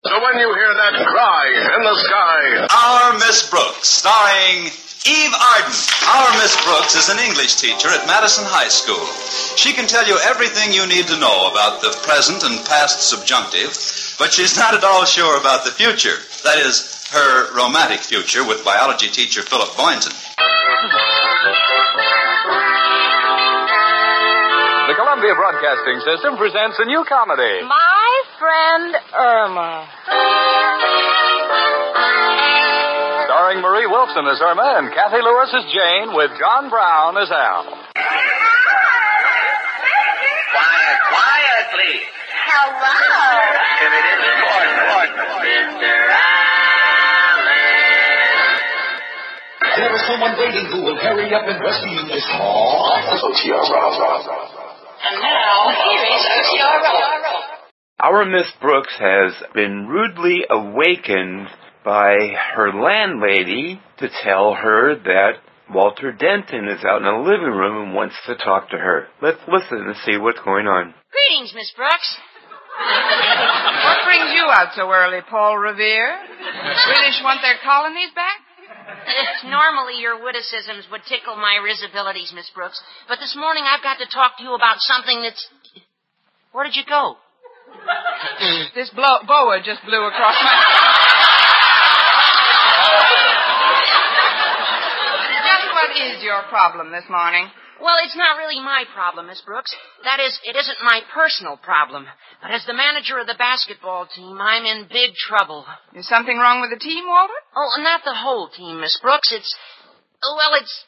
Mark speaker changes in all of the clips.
Speaker 1: So when you hear that cry in the sky, ah,
Speaker 2: Our Miss Brooks, starring Eve Arden. Our Miss Brooks is an English teacher at Madison High School. She can tell you everything you need to know about the present and past subjunctive, but she's not at all sure about the future. That is, her romantic future with biology teacher Philip Boynton.
Speaker 3: The Columbia Broadcasting System presents a new comedy.
Speaker 4: My friend Irma.
Speaker 3: Starring Marie Wilson as Irma and Kathy Lewis as Jane with John Brown as Al.
Speaker 5: Quiet, quiet, please.
Speaker 4: Hello.
Speaker 5: If it isn't Gordon, Gordon. Mr.
Speaker 6: There is someone waiting who will hurry up and rescue this
Speaker 4: And now, here is Tiara.
Speaker 7: Our Miss Brooks has been rudely awakened by her landlady to tell her that Walter Denton is out in the living room and wants to talk to her. Let's listen and see what's going on.
Speaker 4: Greetings, Miss Brooks. what brings you out so early, Paul Revere? British want their colonies back?
Speaker 8: Normally, your witticisms would tickle my risibilities, Miss Brooks. But this morning, I've got to talk to you about something that's. Where did you go?
Speaker 4: This blow, boa just blew across my. Just what is your problem this morning?
Speaker 8: Well, it's not really my problem, Miss Brooks. That is, it isn't my personal problem. But as the manager of the basketball team, I'm in big trouble.
Speaker 4: Is something wrong with the team, Walter?
Speaker 8: Oh, not the whole team, Miss Brooks. It's. Well, it's.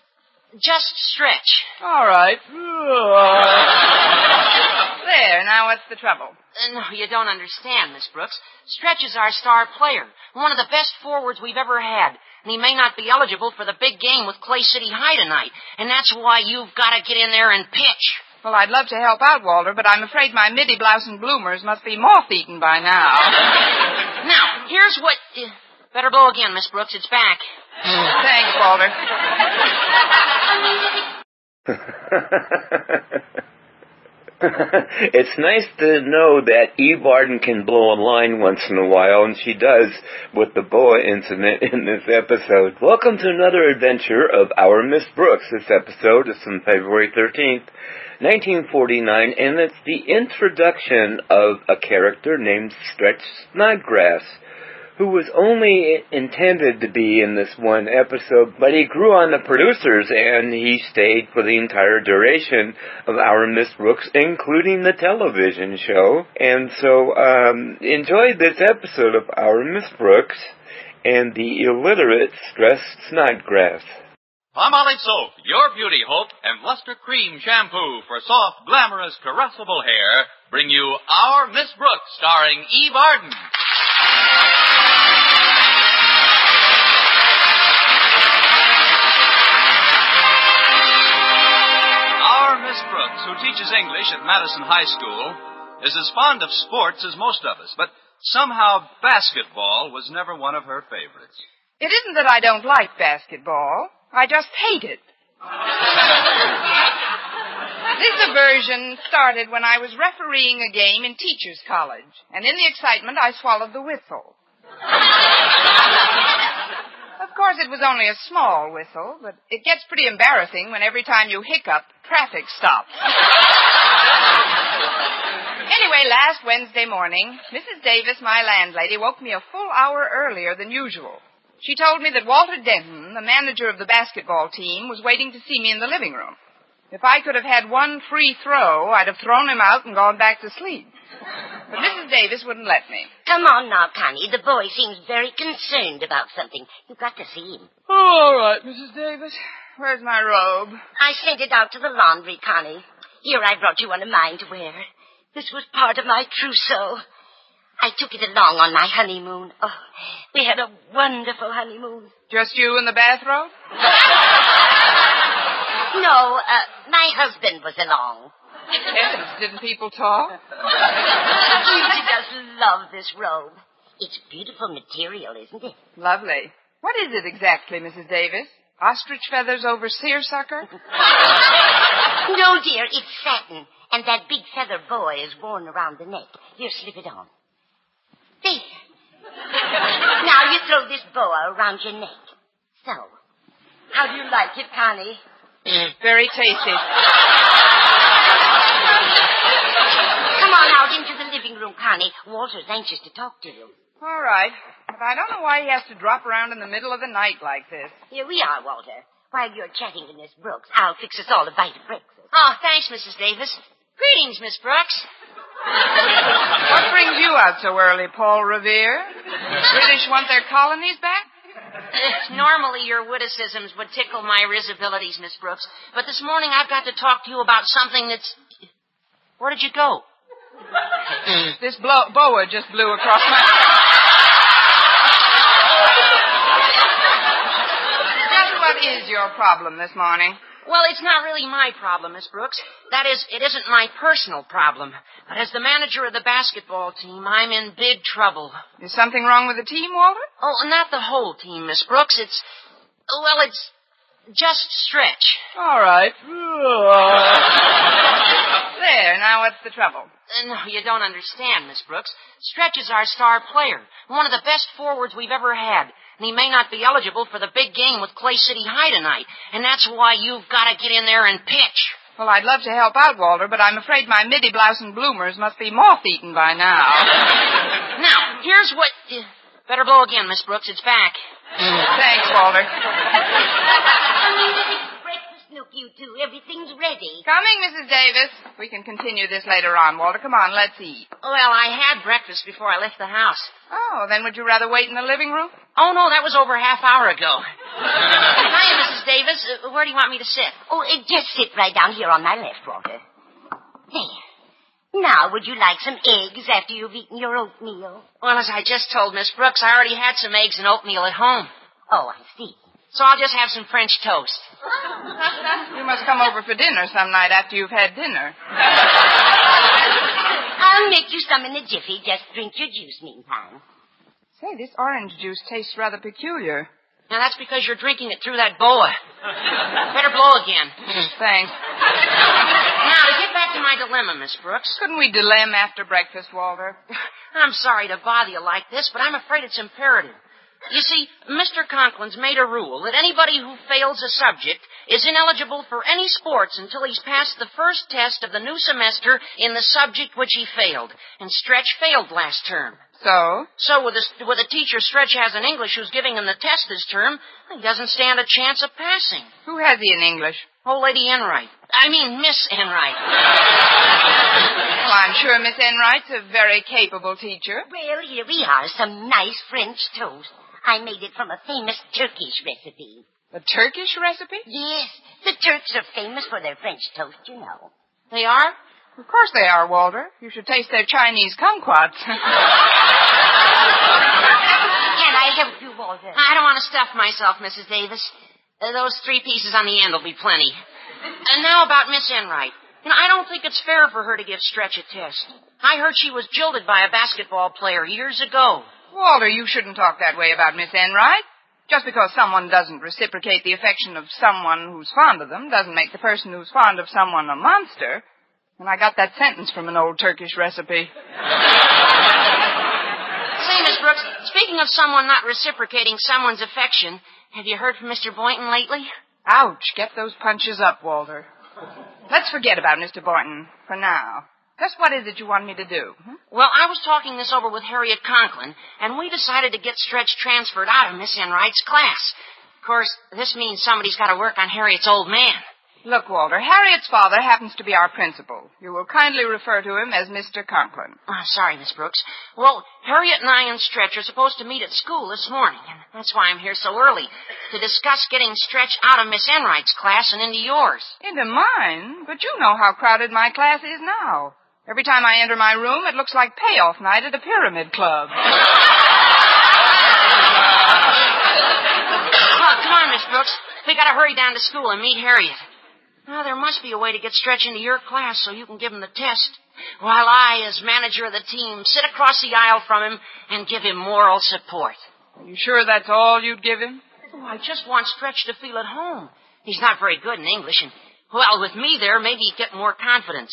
Speaker 8: Just Stretch.
Speaker 4: All right. Hmm. there, now what's the trouble?
Speaker 8: Uh, no, you don't understand, Miss Brooks. Stretch is our star player, one of the best forwards we've ever had. And he may not be eligible for the big game with Clay City High tonight. And that's why you've got to get in there and pitch.
Speaker 4: Well, I'd love to help out, Walter, but I'm afraid my middy blouse and bloomers must be moth-eaten by now.
Speaker 8: Now, here's what. Uh, better blow again, Miss Brooks. It's back.
Speaker 4: Thanks, Walter.
Speaker 7: it's nice to know that Eve Arden can blow a line once in a while, and she does with the boa incident in this episode. Welcome to another adventure of Our Miss Brooks. This episode is from February 13th, 1949, and it's the introduction of a character named Stretch Snodgrass who was only intended to be in this one episode, but he grew on the producers and he stayed for the entire duration of our Miss Brooks, including the television show. And so, um, enjoy this episode of our Miss Brooks and the illiterate stressed Snodgrass.
Speaker 9: Palmolive soap, your beauty hope, and luster cream shampoo for soft, glamorous, caressable hair bring you Our Miss Brooks, starring Eve Arden. Our Miss Brooks, who teaches English at Madison High School, is as fond of sports as most of us, but somehow basketball was never one of her favorites.
Speaker 4: It isn't that I don't like basketball. I just hate it. this aversion started when I was refereeing a game in teacher's college, and in the excitement I swallowed the whistle. of course, it was only a small whistle, but it gets pretty embarrassing when every time you hiccup, traffic stops. Anyway, last Wednesday morning, Mrs. Davis, my landlady, woke me a full hour earlier than usual. She told me that Walter Denton, the manager of the basketball team, was waiting to see me in the living room. If I could have had one free throw, I'd have thrown him out and gone back to sleep. But Mrs. Davis wouldn't let me.
Speaker 8: Come on now, Connie. The boy seems very concerned about something. You've got to see him.
Speaker 4: Oh, all right, Mrs. Davis. Where's my robe?
Speaker 8: I sent it out to the laundry, Connie. Here, I brought you one of mine to wear. This was part of my trousseau. I took it along on my honeymoon. Oh, we had a wonderful honeymoon.
Speaker 4: Just you in the bathrobe?
Speaker 8: No, uh, my husband was along.
Speaker 4: Heavens, didn't people talk?
Speaker 8: He does love this robe. It's beautiful material, isn't it?
Speaker 4: Lovely. What is it exactly, Mrs. Davis? Ostrich feathers over seersucker?
Speaker 8: No, dear, it's satin. And that big feather boa is worn around the neck. Here, slip it on. There.
Speaker 10: this boa around your neck. So, how do you like it, Connie?
Speaker 4: Very tasty.
Speaker 10: Come on out into the living room, Connie. Walter's anxious to talk to you.
Speaker 4: All right. But I don't know why he has to drop around in the middle of the night like this.
Speaker 10: Here we are, Walter. While you're chatting to Miss Brooks, I'll fix us all a bite of breakfast.
Speaker 8: Oh, thanks, Mrs. Davis. Greetings, Miss Brooks.
Speaker 4: What brings you out so early, Paul Revere? The British want their colonies back?
Speaker 8: Normally, your witticisms would tickle my risibilities, Miss Brooks, but this morning I've got to talk to you about something that's. Where did you go? Mm.
Speaker 4: This blow, boa just blew across my. Just what is your problem this morning?
Speaker 8: Well, it's not really my problem, Miss Brooks. That is, it isn't my personal problem. But as the manager of the basketball team, I'm in big trouble.
Speaker 4: Is something wrong with the team, Walter?
Speaker 8: Oh, not the whole team, Miss Brooks. It's, well, it's just Stretch.
Speaker 4: All right. there, now what's the trouble?
Speaker 8: Uh, No, you don't understand, Miss Brooks. Stretch is our star player, one of the best forwards we've ever had. And he may not be eligible for the big game with Clay City High tonight. And that's why you've got to get in there and pitch.
Speaker 4: Well, I'd love to help out, Walter, but I'm afraid my middy blouse and bloomers must be moth-eaten by now.
Speaker 8: Now, here's what. uh, Better blow again, Miss Brooks. It's back.
Speaker 4: Mm. Thanks, Walter.
Speaker 10: Breakfast, Nook, you two. Everything's ready.
Speaker 4: Coming, Mrs. Davis. We can continue this later on, Walter. Come on, let's eat.
Speaker 8: Well, I had breakfast before I left the house.
Speaker 4: Oh, then would you rather wait in the living room?
Speaker 8: Oh, no, that was over half hour ago. Hiya, Mrs. Davis. Uh, where do you want me to sit?
Speaker 10: Oh, uh, just sit right down here on my left, Walter. There. Now, would you like some eggs after you've eaten your oatmeal?
Speaker 8: Well, as I just told Miss Brooks, I already had some eggs and oatmeal at home.
Speaker 10: Oh, I see.
Speaker 8: So I'll just have some French toast.
Speaker 4: You must come over for dinner some night after you've had dinner.
Speaker 10: I'll make you some in a jiffy. Just drink your juice meantime.
Speaker 4: Say, this orange juice tastes rather peculiar.
Speaker 8: Now that's because you're drinking it through that boa. Better blow again.
Speaker 4: Mm. Thanks.
Speaker 8: Now, to get back to my dilemma, Miss Brooks.
Speaker 4: Couldn't we dilem after breakfast, Walter?
Speaker 8: I'm sorry to bother you like this, but I'm afraid it's imperative. You see, Mr. Conklin's made a rule that anybody who fails a subject is ineligible for any sports until he's passed the first test of the new semester in the subject which he failed. And Stretch failed last term.
Speaker 4: So?
Speaker 8: So with a, with a teacher Stretch has in English who's giving him the test this term, he doesn't stand a chance of passing.
Speaker 4: Who has he in English?
Speaker 8: Old Lady Enright. I mean, Miss Enright.
Speaker 4: Well, I'm sure Miss Enright's a very capable teacher.
Speaker 10: Well, here we are. Some nice French toast. I made it from a famous Turkish recipe.
Speaker 4: A Turkish recipe?
Speaker 10: Yes, the Turks are famous for their French toast, you know.
Speaker 8: They are?
Speaker 4: Of course they are, Walter. You should taste their Chinese kumquats.
Speaker 10: Can I help you, Walter?
Speaker 8: I don't want to stuff myself, Mrs. Davis. Uh, those three pieces on the end will be plenty. And now about Miss Enright. You know, I don't think it's fair for her to give Stretch a test. I heard she was jilted by a basketball player years ago.
Speaker 4: Walter, you shouldn't talk that way about Miss Enright. Just because someone doesn't reciprocate the affection of someone who's fond of them doesn't make the person who's fond of someone a monster. And I got that sentence from an old Turkish recipe.
Speaker 8: Say, Miss Brooks, speaking of someone not reciprocating someone's affection, have you heard from Mr. Boynton lately?
Speaker 4: Ouch, get those punches up, Walter. Let's forget about Mr. Boynton for now. Just what is it you want me to do? hmm?
Speaker 8: Well, I was talking this over with Harriet Conklin, and we decided to get Stretch transferred out of Miss Enright's class. Of course, this means somebody's got to work on Harriet's old man.
Speaker 4: Look, Walter, Harriet's father happens to be our principal. You will kindly refer to him as Mr. Conklin.
Speaker 8: Oh, sorry, Miss Brooks. Well, Harriet and I and Stretch are supposed to meet at school this morning, and that's why I'm here so early, to discuss getting Stretch out of Miss Enright's class and into yours.
Speaker 4: Into mine? But you know how crowded my class is now. Every time I enter my room, it looks like payoff night at a pyramid club.
Speaker 8: Oh, come on, Miss Brooks. We gotta hurry down to school and meet Harriet. Now, there must be a way to get Stretch into your class so you can give him the test. While I, as manager of the team, sit across the aisle from him and give him moral support.
Speaker 4: Are you sure that's all you'd give him?
Speaker 8: Oh, I just want Stretch to feel at home. He's not very good in English, and, well, with me there, maybe he'd get more confidence.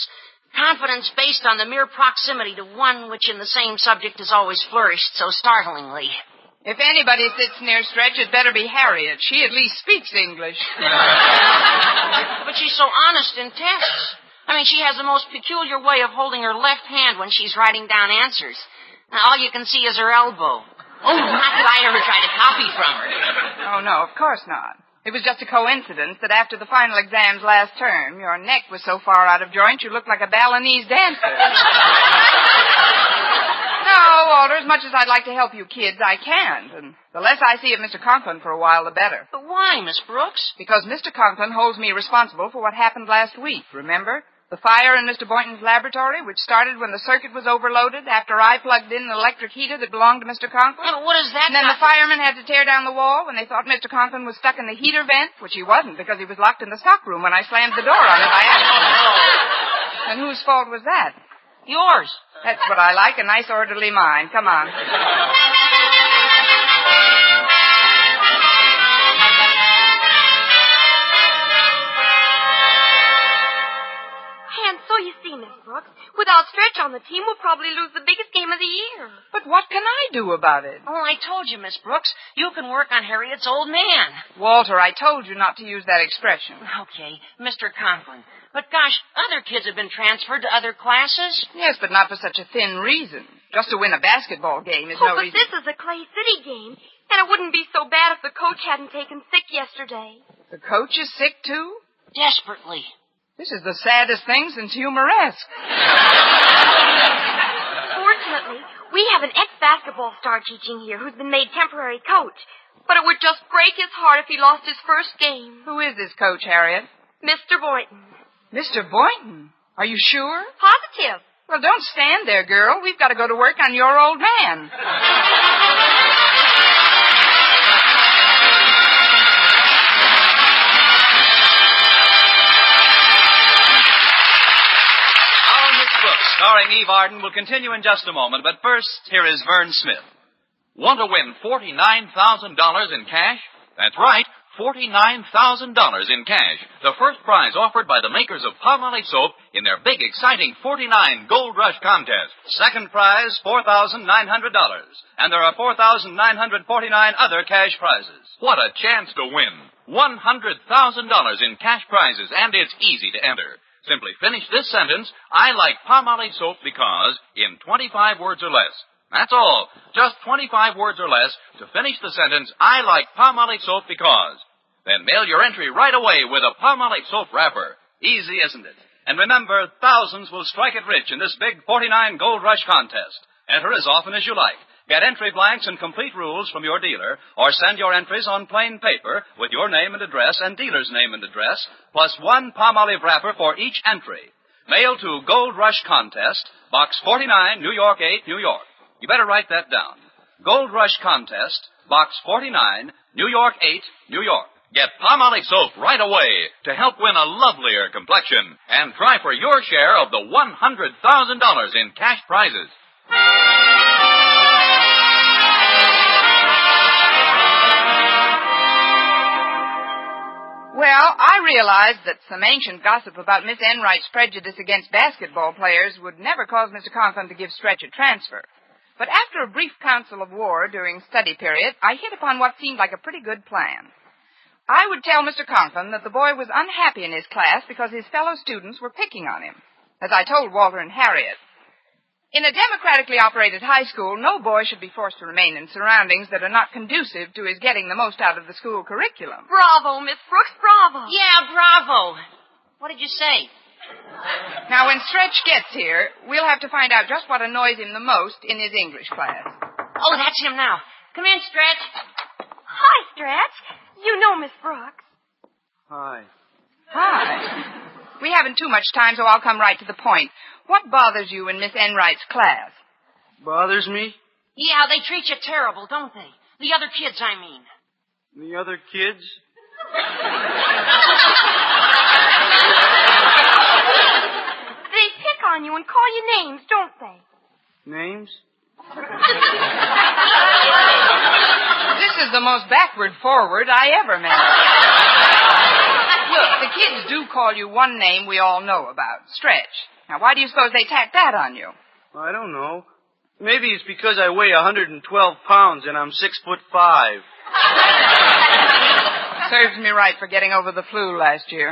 Speaker 8: Confidence based on the mere proximity to one which in the same subject has always flourished so startlingly.
Speaker 4: If anybody sits near Stretch, it better be Harriet. She at least speaks English.
Speaker 8: But she's so honest in tests. I mean, she has the most peculiar way of holding her left hand when she's writing down answers. Now, all you can see is her elbow. Oh, not that I ever tried to copy from her.
Speaker 4: Oh, no, of course not. It was just a coincidence that after the final exams last term, your neck was so far out of joint you looked like a Balinese dancer. no, Walter, as much as I'd like to help you kids, I can't. And the less I see of Mr. Conklin for a while, the better.
Speaker 8: But why, Miss Brooks?
Speaker 4: Because Mr. Conklin holds me responsible for what happened last week, remember? The fire in Mr. Boynton's laboratory, which started when the circuit was overloaded after I plugged in an electric heater that belonged to Mr. Conklin.
Speaker 8: Yeah, but what is that?
Speaker 4: And then
Speaker 8: got-
Speaker 4: the firemen had to tear down the wall when they thought Mr. Conklin was stuck in the heater vent, which he wasn't because he was locked in the stock room when I slammed the door on it by accident. and whose fault was that?
Speaker 8: Yours.
Speaker 4: That's what I like, a nice orderly mind. Come on.
Speaker 11: And so you see, Miss Brooks, without Stretch on the team, we'll probably lose the biggest game of the year.
Speaker 4: But what can I do about it?
Speaker 8: Oh, I told you, Miss Brooks, you can work on Harriet's old man.
Speaker 4: Walter, I told you not to use that expression.
Speaker 8: Okay, Mr. Conklin. But gosh, other kids have been transferred to other classes.
Speaker 4: Yes, but not for such a thin reason. Just to win a basketball game is
Speaker 11: oh,
Speaker 4: no
Speaker 11: but
Speaker 4: reason.
Speaker 11: this is a Clay City game, and it wouldn't be so bad if the coach hadn't taken sick yesterday.
Speaker 4: The coach is sick, too?
Speaker 8: Desperately.
Speaker 4: This is the saddest thing since humoresque.
Speaker 11: Fortunately, we have an ex-basketball star teaching here who's been made temporary coach. But it would just break his heart if he lost his first game.
Speaker 4: Who is this coach, Harriet?
Speaker 11: Mr. Boynton.
Speaker 4: Mr. Boynton. Are you sure?
Speaker 11: Positive.
Speaker 4: Well, don't stand there, girl. We've got to go to work on your old man.
Speaker 9: Our Miss Brooks, starring Eve Arden, will continue in just a moment, but first, here is Vern Smith. Want to win $49,000 in cash? That's right, $49,000 in cash. The first prize offered by the makers of Palmolive soap in their big, exciting 49 Gold Rush contest. Second prize, $4,900. And there are 4,949 other cash prizes. What a chance to win! $100,000 in cash prizes, and it's easy to enter. Simply finish this sentence, I like Palmolive soap because, in 25 words or less. That's all. Just 25 words or less to finish the sentence, I like Palmolive soap because. Then mail your entry right away with a Palmolive soap wrapper. Easy, isn't it? And remember, thousands will strike it rich in this big 49 Gold Rush contest. Enter as often as you like. Get entry blanks and complete rules from your dealer, or send your entries on plain paper with your name and address and dealer's name and address, plus one Palmolive wrapper for each entry. Mail to Gold Rush Contest, Box 49, New York 8, New York. You better write that down. Gold Rush Contest, Box 49, New York 8, New York. Get Palmolive soap right away to help win a lovelier complexion and try for your share of the $100,000 in cash prizes.
Speaker 4: Well, I realized that some ancient gossip about Miss Enright's prejudice against basketball players would never cause Mr. Conklin to give Stretch a transfer. But after a brief council of war during study period, I hit upon what seemed like a pretty good plan. I would tell Mr. Conklin that the boy was unhappy in his class because his fellow students were picking on him, as I told Walter and Harriet. In a democratically operated high school, no boy should be forced to remain in surroundings that are not conducive to his getting the most out of the school curriculum.
Speaker 11: Bravo, Miss Brooks, bravo.
Speaker 8: Yeah, bravo. What did you say?
Speaker 4: Now, when Stretch gets here, we'll have to find out just what annoys him the most in his English class.
Speaker 8: Oh, that's him now. Come in, Stretch.
Speaker 11: Hi, Stretch. You know Miss Brooks.
Speaker 12: Hi.
Speaker 4: Hi. We haven't too much time, so I'll come right to the point. What bothers you in Miss Enright's class?
Speaker 12: Bothers me?
Speaker 8: Yeah, they treat you terrible, don't they? The other kids, I mean.
Speaker 12: The other kids?
Speaker 11: They pick on you and call you names, don't they?
Speaker 12: Names?
Speaker 4: This is the most backward forward I ever met. Look, the kids do call you one name we all know about, Stretch. Now, why do you suppose they tack that on you?
Speaker 12: I don't know. Maybe it's because I weigh 112 pounds and I'm six foot five.
Speaker 4: Serves me right for getting over the flu last year.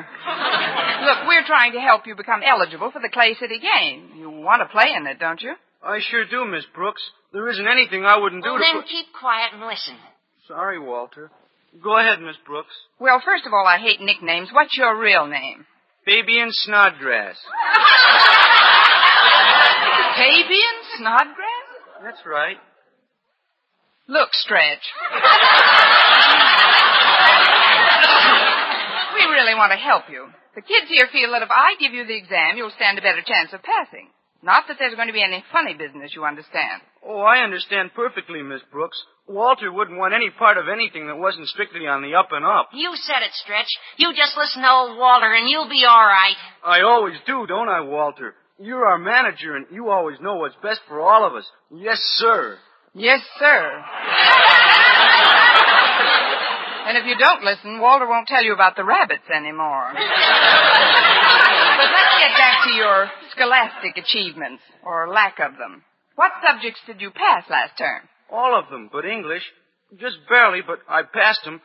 Speaker 4: Look, we're trying to help you become eligible for the Clay City game. You want to play in it, don't you?
Speaker 12: I sure do, Miss Brooks. There isn't anything I wouldn't do
Speaker 8: Well,
Speaker 12: to.
Speaker 8: then
Speaker 12: put-
Speaker 8: keep quiet and listen.
Speaker 12: Sorry, Walter. Go ahead, Miss Brooks.
Speaker 4: Well, first of all, I hate nicknames. What's your real name?
Speaker 12: Fabian Snodgrass.
Speaker 4: Fabian Snodgrass?
Speaker 12: That's right.
Speaker 4: Look, Stretch. we really want to help you. The kids here feel that if I give you the exam, you'll stand a better chance of passing. Not that there's going to be any funny business, you understand.
Speaker 12: Oh, I understand perfectly, Miss Brooks. Walter wouldn't want any part of anything that wasn't strictly on the up and up.
Speaker 8: You said it, Stretch. You just listen to old Walter and you'll be all right.
Speaker 12: I always do, don't I, Walter? You're our manager, and you always know what's best for all of us. Yes, sir.
Speaker 4: Yes, sir. And if you don't listen, Walter won't tell you about the rabbits anymore. But let's get back to your scholastic achievements, or lack of them. What subjects did you pass last term?
Speaker 12: All of them, but English. Just barely, but I passed them.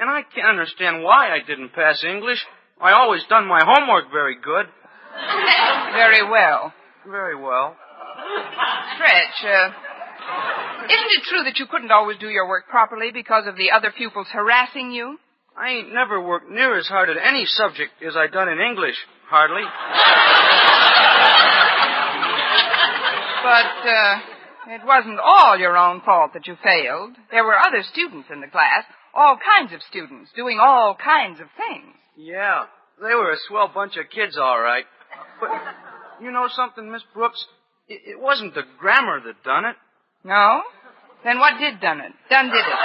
Speaker 12: And I can't understand why I didn't pass English. I always done my homework very good.
Speaker 4: Very well.
Speaker 12: Very well.
Speaker 4: Stretch, uh, isn't it true that you couldn't always do your work properly because of the other pupils harassing you?
Speaker 12: I ain't never worked near as hard at any subject as I done in English, hardly.
Speaker 4: But uh, it wasn't all your own fault that you failed. There were other students in the class, all kinds of students, doing all kinds of things.
Speaker 12: Yeah, they were a swell bunch of kids, all right. But you know something, Miss Brooks? It, it wasn't the grammar that done it.
Speaker 4: No? Then what did done it? Done did it.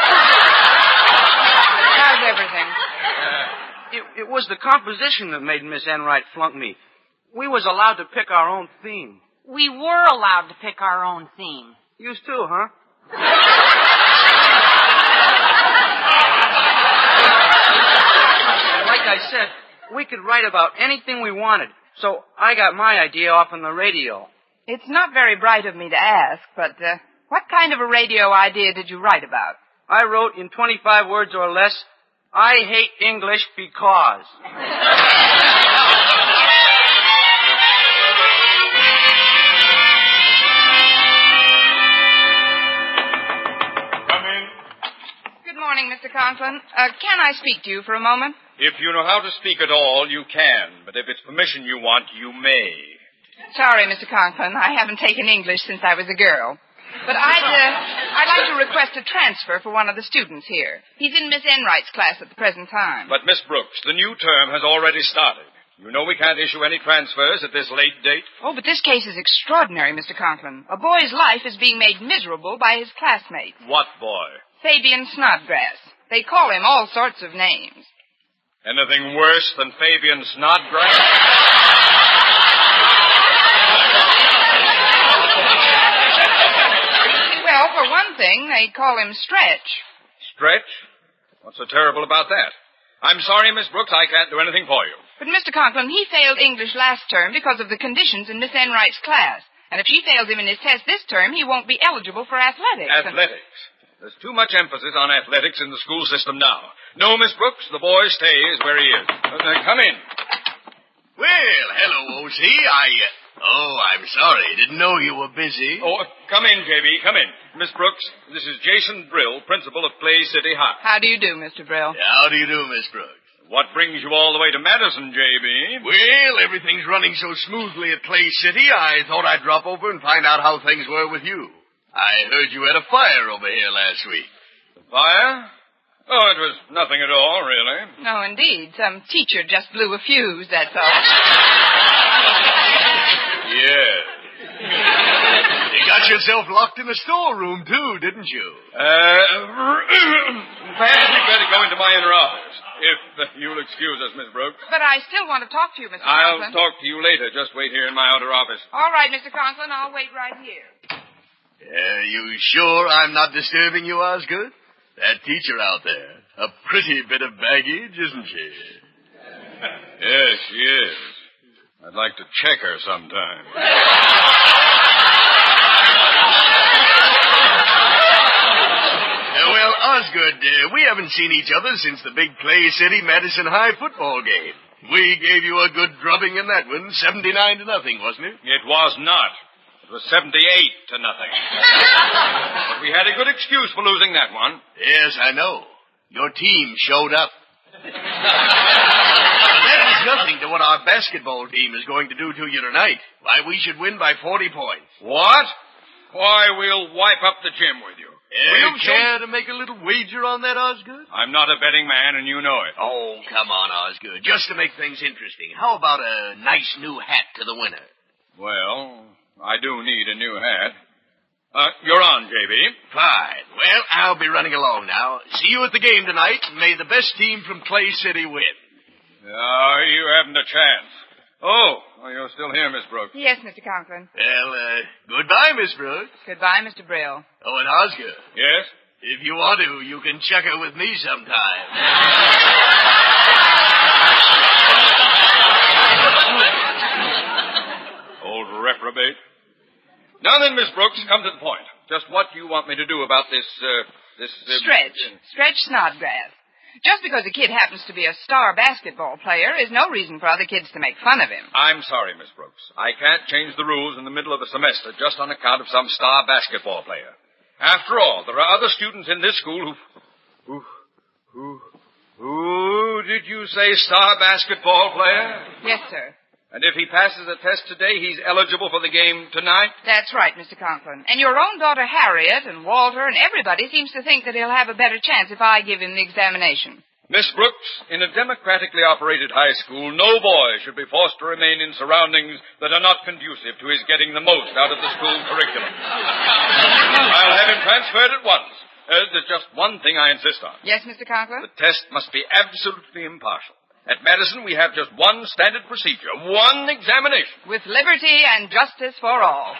Speaker 4: How's everything?
Speaker 12: It, it was the composition that made Miss Enright flunk me. We was allowed to pick our own theme.
Speaker 8: We were allowed to pick our own theme.
Speaker 12: Used to, huh? Like I said, we could write about anything we wanted. So I got my idea off on the radio.
Speaker 4: It's not very bright of me to ask, but uh, what kind of a radio idea did you write about?
Speaker 12: I wrote in 25 words or less, I hate English because.
Speaker 13: Come in.
Speaker 4: Good morning, Mr. Conklin. Uh, can I speak to you for a moment?
Speaker 13: If you know how to speak at all, you can. But if it's permission you want, you may.
Speaker 4: Sorry, Mr. Conklin. I haven't taken English since I was a girl. But I'd, uh, I'd like to request a transfer for one of the students here. He's in Miss Enright's class at the present time.
Speaker 13: But, Miss Brooks, the new term has already started. You know we can't issue any transfers at this late date.
Speaker 4: Oh, but this case is extraordinary, Mr. Conklin. A boy's life is being made miserable by his classmates.
Speaker 13: What boy?
Speaker 4: Fabian Snodgrass. They call him all sorts of names.
Speaker 13: Anything worse than Fabian Snodgrass?
Speaker 4: Well, for one thing, they call him Stretch.
Speaker 13: Stretch? What's so terrible about that? I'm sorry, Miss Brooks, I can't do anything for you.
Speaker 4: But, Mr. Conklin, he failed English last term because of the conditions in Miss Enright's class. And if she fails him in his test this term, he won't be eligible for athletics.
Speaker 13: Athletics. There's too much emphasis on athletics in the school system now. No, Miss Brooks, the boy stays where he is. Uh, uh, come in.
Speaker 14: Well, hello, O.C. I, uh, oh, I'm sorry. Didn't know you were busy.
Speaker 13: Oh, uh, come in, J.B., come in. Miss Brooks, this is Jason Brill, principal of Clay City High.
Speaker 4: How do you do, Mr. Brill?
Speaker 14: How do you do, Miss Brooks?
Speaker 13: What brings you all the way to Madison, J.B.?
Speaker 14: Well, everything's running so smoothly at Clay City, I thought I'd drop over and find out how things were with you. I heard you had a fire over here last week.
Speaker 13: Fire? Oh, it was nothing at all, really.
Speaker 4: No, Oh, indeed. Some teacher just blew a fuse, that's all.
Speaker 13: Yes.
Speaker 14: You got yourself locked in the storeroom, too, didn't you?
Speaker 13: Uh, perhaps we'd better go into my inner office, if uh, you'll excuse us, Miss Brooks.
Speaker 4: But I still want to talk to you, mister
Speaker 13: I'll
Speaker 4: Conklin.
Speaker 13: talk to you later. Just wait here in my outer office.
Speaker 4: All right, Mr. Conklin, I'll wait right here.
Speaker 14: Are you sure I'm not disturbing you, Osgood? That teacher out there, a pretty bit of baggage, isn't she?
Speaker 13: Yes, she is. I'd like to check her sometime.
Speaker 1: good. Uh, we haven't seen each other since the big Clay City Madison High football game. We gave you a good drubbing in that one, 79 to nothing, wasn't it?
Speaker 13: It was not. It was 78 to nothing. but we had a good excuse for losing that one.
Speaker 1: Yes, I know. Your team showed up. But that was nothing to what our basketball team is going to do to you tonight. Why, we should win by 40 points.
Speaker 13: What? Why, we'll wipe up the gym with you.
Speaker 1: Uh, You
Speaker 13: We'll
Speaker 1: care
Speaker 13: show-
Speaker 1: to make a little wager on that, Osgood?
Speaker 13: I'm not a betting man, and you know it.
Speaker 1: Oh, come on, Osgood. Just to make things interesting, how about a nice new hat to the winner?
Speaker 13: Well, I do need a new hat. Uh, you're on, J.B.
Speaker 1: Fine. Well, I'll be running along now. See you at the game tonight, and may the best team from Clay City win.
Speaker 13: Oh, you haven't a chance. Oh, oh, you're still here, Miss Brooks.
Speaker 4: Yes, Mr. Conklin.
Speaker 1: Well, uh, goodbye, Miss Brooks.
Speaker 4: Goodbye, Mr. Brill.
Speaker 1: Oh, and Osgood,
Speaker 13: Yes?
Speaker 1: if you want to, you can check her with me sometime.
Speaker 13: Old reprobate. Now then, Miss Brooks, come to the point. Just what do you want me to do about this, uh, this... Uh,
Speaker 4: Stretch. Stretch Snodgrass. Just because a kid happens to be a star basketball player is no reason for other kids to make fun of him.
Speaker 13: I'm sorry, Miss Brooks. I can't change the rules in the middle of a semester just on account of some star basketball player. After all, there are other students in this school who... Who... Who... Who did you say star basketball player?
Speaker 4: Yes, sir.
Speaker 13: And if he passes a test today, he's eligible for the game tonight?
Speaker 4: That's right, Mr. Conklin. And your own daughter Harriet and Walter and everybody seems to think that he'll have a better chance if I give him the examination.
Speaker 13: Miss Brooks, in a democratically operated high school, no boy should be forced to remain in surroundings that are not conducive to his getting the most out of the school curriculum. I'll have him transferred at once. Uh, there's just one thing I insist on.
Speaker 4: Yes, Mr. Conklin?
Speaker 13: The test must be absolutely impartial. At Madison, we have just one standard procedure, one examination.
Speaker 4: With liberty and justice for all.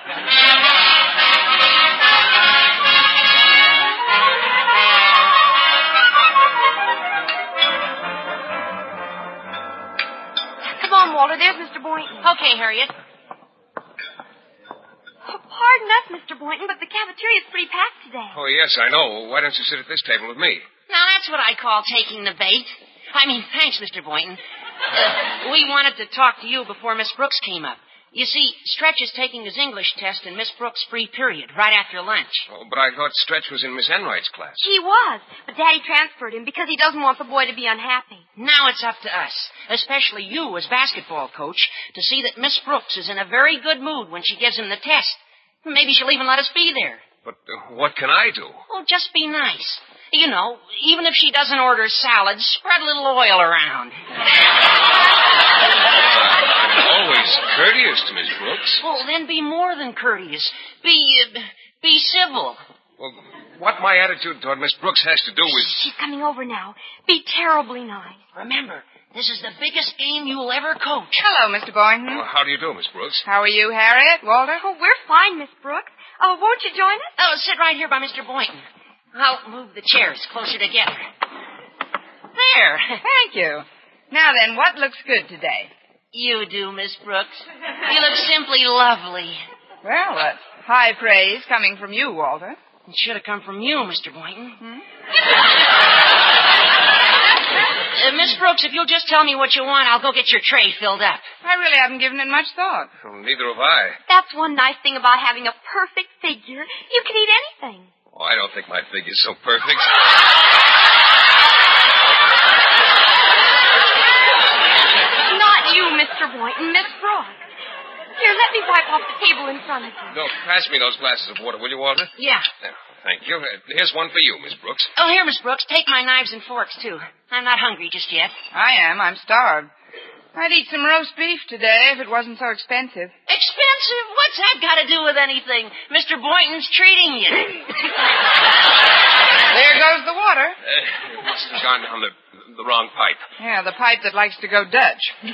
Speaker 3: Come on, Walter. There's Mr. Boynton.
Speaker 8: Okay, Harriet.
Speaker 3: Pardon us, Mr. Boynton, but the cafeteria's pretty packed today.
Speaker 15: Oh, yes, I know. Why don't you sit at this table with me?
Speaker 8: Now, that's what I call taking the bait. I mean, thanks, Mr. Boynton. Uh, we wanted to talk to you before Miss Brooks came up. You see, Stretch is taking his English test in Miss Brooks' free period right after lunch.
Speaker 15: Oh, but I thought Stretch was in Miss Enright's class.
Speaker 3: He was, but Daddy transferred him because he doesn't want the boy to be unhappy.
Speaker 8: Now it's up to us, especially you as basketball coach, to see that Miss Brooks is in a very good mood when she gives him the test. Maybe she'll even let us be there.
Speaker 15: But uh, what can I do?
Speaker 8: Oh, just be nice. You know, even if she doesn't order salad, spread a little oil around.
Speaker 15: Always courteous to Miss Brooks.
Speaker 8: Well, then be more than courteous. Be, uh, be civil.
Speaker 15: Well, what my attitude toward Miss Brooks has to do with...
Speaker 3: She's coming over now. Be terribly nice.
Speaker 8: Remember, this is the biggest game you'll ever coach.
Speaker 4: Hello, Mr. Boynton.
Speaker 15: Well, how do you do, Miss Brooks?
Speaker 4: How are you, Harriet? Walter?
Speaker 3: Oh, we're fine, Miss Brooks. Oh, won't you join us?
Speaker 8: Oh, sit right here by Mr. Boynton. I'll move the chairs closer together. There.
Speaker 4: Thank you. Now then, what looks good today?
Speaker 8: You do, Miss Brooks. You look simply lovely.
Speaker 4: Well, that's high praise coming from you, Walter.
Speaker 8: It should have come from you, Mr. Boynton. Uh, Miss Brooks, if you'll just tell me what you want, I'll go get your tray filled up.
Speaker 4: I really haven't given it much thought.
Speaker 15: Well, neither have I.
Speaker 3: That's one nice thing about having a perfect figure. You can eat anything.
Speaker 15: Oh, I don't think my figure's so perfect.
Speaker 3: Not you, Mr. Boynton, Miss Brooks. Here, let me wipe off the table in front of you.
Speaker 15: No, pass me those glasses of water, will you, Walter?
Speaker 8: Yeah.
Speaker 15: There, thank you. Uh, Here's one for you, Miss Brooks.
Speaker 8: Oh, here, Miss Brooks, take my knives and forks, too. I'm not hungry just yet.
Speaker 4: I am. I'm starved. I'd eat some roast beef today if it wasn't so expensive.
Speaker 8: Expensive? What's that got to do with anything? Mr. Boynton's treating you.
Speaker 4: There goes the water.
Speaker 15: Uh, it must have gone down the, the wrong pipe.
Speaker 4: Yeah, the pipe that likes to go Dutch. Look,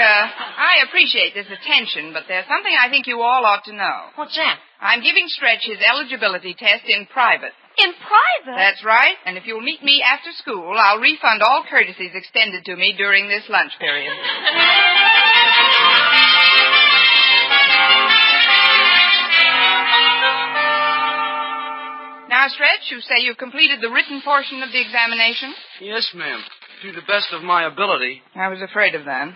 Speaker 4: uh, I appreciate this attention, but there's something I think you all ought to know.
Speaker 8: What's that?
Speaker 4: I'm giving Stretch his eligibility test in private.
Speaker 3: In private?
Speaker 4: That's right, and if you'll meet me after school, I'll refund all courtesies extended to me during this lunch period.
Speaker 16: Thank you.
Speaker 4: Now, Stretch, you say you've completed the written portion of the examination?
Speaker 12: Yes, ma'am. To the best of my ability.
Speaker 4: I was afraid of that.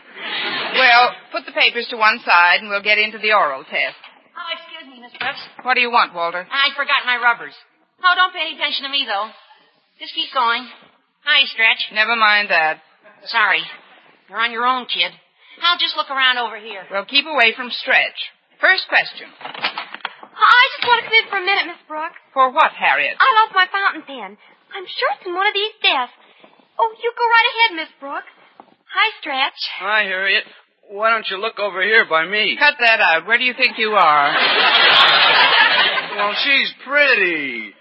Speaker 4: Well, put the papers to one side and we'll get into the oral test.
Speaker 8: Oh, excuse me, Miss Brooks.
Speaker 4: What do you want, Walter?
Speaker 8: I forgot my rubbers. Oh, don't pay any attention to me, though. Just keep going. Hi, Stretch.
Speaker 4: Never mind that.
Speaker 8: Sorry. You're on your own, kid. Now just look around over here.
Speaker 4: Well, keep away from Stretch. First question.
Speaker 3: I just want to come in for a minute, Miss Brooks.
Speaker 4: For what, Harriet?
Speaker 3: I lost my fountain pen. I'm sure it's in one of these desks. Oh, you go right ahead, Miss Brooks. Hi, Stretch.
Speaker 12: Hi, Harriet. Why don't you look over here by me?
Speaker 4: Cut that out. Where do you think you are?
Speaker 12: Well, she's pretty.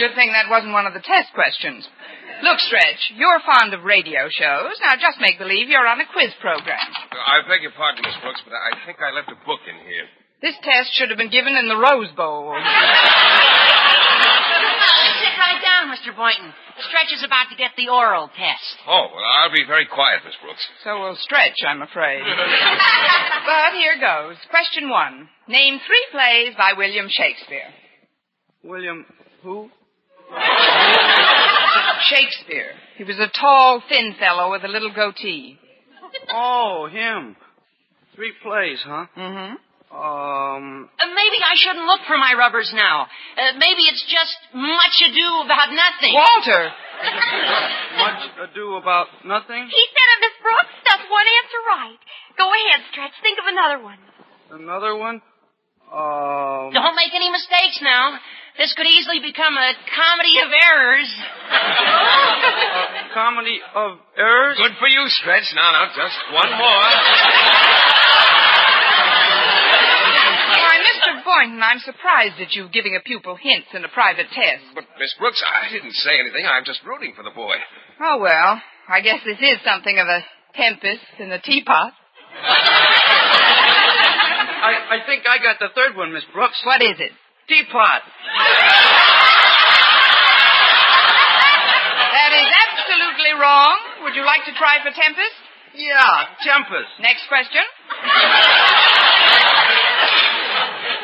Speaker 4: Good thing that wasn't one of the test questions. Look, Stretch, you're fond of radio shows. Now just make believe you're on a quiz program.
Speaker 13: I beg your pardon, Miss Brooks, but I think I left a book in here.
Speaker 4: This test should have been given in the Rose Bowl.
Speaker 8: Well, sit right down, Mr. Boynton. Stretch is about to get the oral test.
Speaker 13: Oh, well, I'll be very quiet, Miss Brooks.
Speaker 4: So will Stretch, I'm afraid. but here goes. Question one. Name three plays by William Shakespeare.
Speaker 12: William, who?
Speaker 4: Shakespeare. He was a tall, thin fellow with a little goatee.
Speaker 12: Oh, him. Three plays, huh?
Speaker 4: Mm-hmm.
Speaker 12: Um,
Speaker 8: Uh, maybe I shouldn't look for my rubbers now. Uh, maybe it's just much ado about nothing.
Speaker 4: Walter!
Speaker 12: much ado about nothing?
Speaker 3: He said it, Miss Brooks. That's one answer right. Go ahead, Stretch. Think of another one.
Speaker 12: Another one? Um,
Speaker 8: Don't make any mistakes now. This could easily become a comedy of errors.
Speaker 12: comedy of errors?
Speaker 13: Good for you, Stretch. Now, now, just one more.
Speaker 4: Why, Mr. Boynton, I'm surprised at you giving a pupil hints in a private test.
Speaker 13: But, Miss Brooks, I didn't say anything. I'm just rooting for the boy.
Speaker 4: Oh, well, I guess this is something of a tempest in a teapot.
Speaker 12: I, I think I got the third one, Miss Brooks.
Speaker 4: What is it?
Speaker 12: Teapot.
Speaker 4: That is absolutely wrong. Would you like to try for tempest?
Speaker 12: Yeah, Tempest.
Speaker 4: Next question.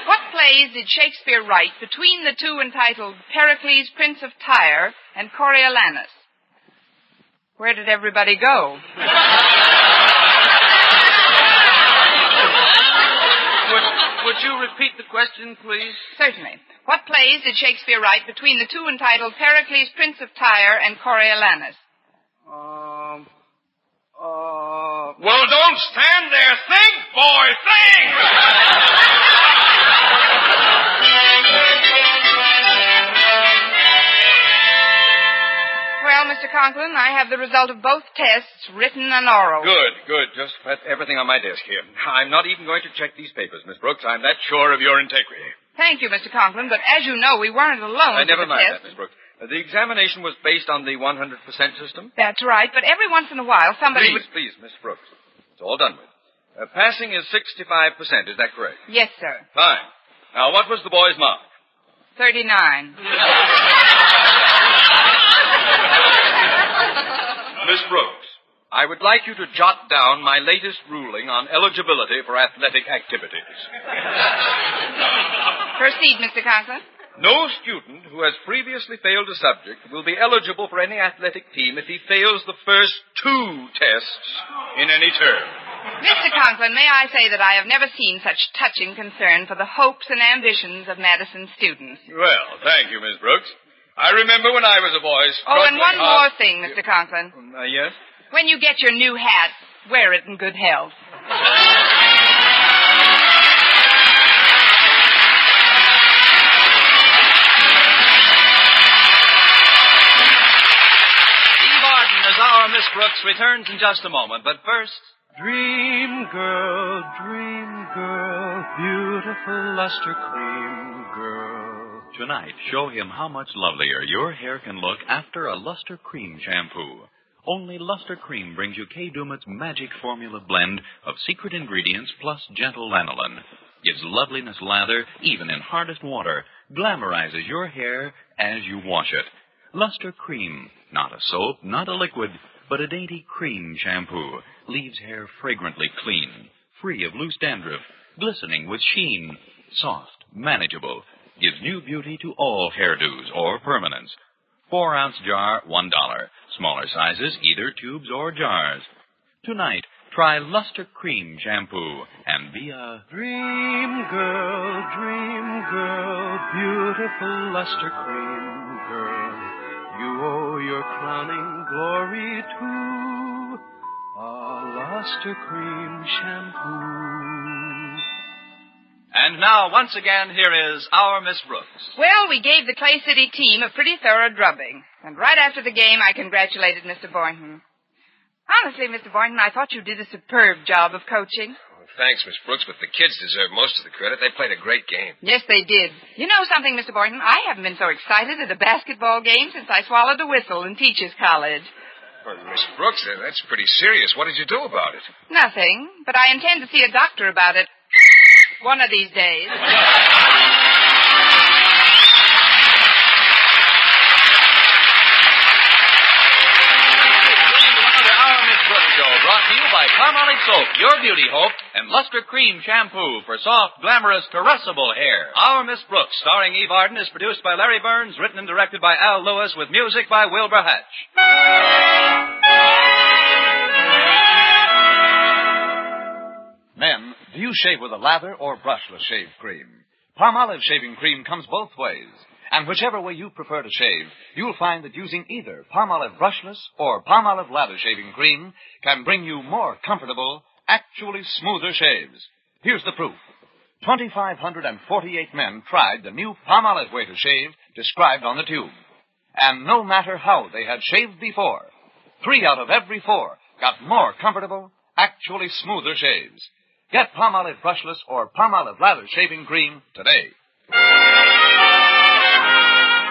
Speaker 4: what plays did Shakespeare write between the two entitled Pericles, Prince of Tyre, and Coriolanus? Where did everybody go?
Speaker 12: Would, would you repeat the question, please?
Speaker 4: Certainly. What plays did Shakespeare write between the two entitled Pericles, Prince of Tyre, and Coriolanus?
Speaker 12: Um, uh,
Speaker 13: Well, don't stand there. Think, boy, think!
Speaker 4: Well, Mr. Conklin, I have the result of both tests, written and oral.
Speaker 13: Good, good. Just let everything on my desk here. I'm not even going to check these papers, Miss Brooks. I'm that sure of your integrity.
Speaker 4: Thank you, Mr. Conklin, but as you know, we weren't alone.
Speaker 13: I
Speaker 4: for
Speaker 13: never
Speaker 4: the
Speaker 13: mind
Speaker 4: test.
Speaker 13: that, Miss Brooks. Uh, The examination was based on the 100% system.
Speaker 4: That's right, but every once in a while
Speaker 13: please,
Speaker 4: somebody would.
Speaker 13: please, Miss Brooks. It's all done with. Uh, passing is 65%. Is that correct?
Speaker 4: Yes, sir.
Speaker 13: Fine. Now, what was the boy's mark?
Speaker 4: 39.
Speaker 13: Miss Brooks, I would like you to jot down my latest ruling on eligibility for athletic activities.
Speaker 4: Proceed, Mr. Conklin.
Speaker 13: No student who has previously failed a subject will be eligible for any athletic team if he fails the first two tests in any term.
Speaker 4: Mr. Conklin, may I say that I have never seen such touching concern for the hopes and ambitions of Madison students.
Speaker 13: Well, thank you, Miss Brooks. I remember when I was a boy.
Speaker 4: Oh,
Speaker 13: struggling
Speaker 4: and one more
Speaker 13: hard-
Speaker 4: thing, Mr. Conklin.
Speaker 13: Uh, yes?
Speaker 4: When you get your new hat, wear it in good health.
Speaker 9: Eve Arden as our Miss Brooks returns in just a moment, but first.
Speaker 17: Dream girl, dream girl, beautiful luster cream girl.
Speaker 18: Tonight, show him how much lovelier your hair can look after a Luster Cream shampoo. Only Luster Cream brings you K. Dumit's magic formula blend of secret ingredients plus gentle lanolin. Gives loveliness lather even in hardest water. Glamorizes your hair as you wash it. Luster Cream, not a soap, not a liquid, but a dainty cream shampoo. Leaves hair fragrantly clean, free of loose dandruff, glistening with sheen, soft, manageable.
Speaker 19: gives new beauty to all hairdos or permanents. Four ounce jar, one dollar. Smaller sizes, either tubes or jars. Tonight, try Luster Cream Shampoo and be a
Speaker 20: Dream girl, dream girl, beautiful luster cream girl. You owe your crowning glory to a luster cream shampoo.
Speaker 9: And now, once again, here is our Miss Brooks.
Speaker 4: Well, we gave the Clay City team a pretty thorough drubbing. And right after the game, I congratulated Mr. Boynton. Honestly, Mr. Boynton, I thought you did a superb job of coaching.
Speaker 15: Thanks, Miss Brooks, but the kids deserve most of the credit. They played a great game.
Speaker 4: Yes, they did. You know something, Mr. Boynton? I haven't been so excited at a basketball game since I swallowed a whistle in Teachers College.
Speaker 15: Well, Miss Brooks, uh, that's pretty serious. What did you do about it?
Speaker 4: Nothing, but I intend to see a doctor about it one of these days.
Speaker 9: Our Miss Brooks Show brought to you by Palmolive Soap, Your Beauty Hope, and Luster Cream Shampoo for soft, glamorous, caressable hair. Our Miss Brooks, starring Eve Arden, is produced by Larry Burns, written and directed by Al Lewis, with music by Wilbur Hatch.
Speaker 21: Men, do you shave with a lather or brushless shave cream? Palmolive shaving cream comes both ways. And whichever way you prefer to shave, you'll find that using either Palmolive brushless or Palmolive lather shaving cream can bring you more comfortable, actually smoother shaves. Here's the proof. 2,548 men tried the new Palmolive way to shave described on the tube. And no matter how they had shaved before, three out of every four got more comfortable, actually smoother shaves. Get Palmolive brushless or Palmolive lather shaving cream today.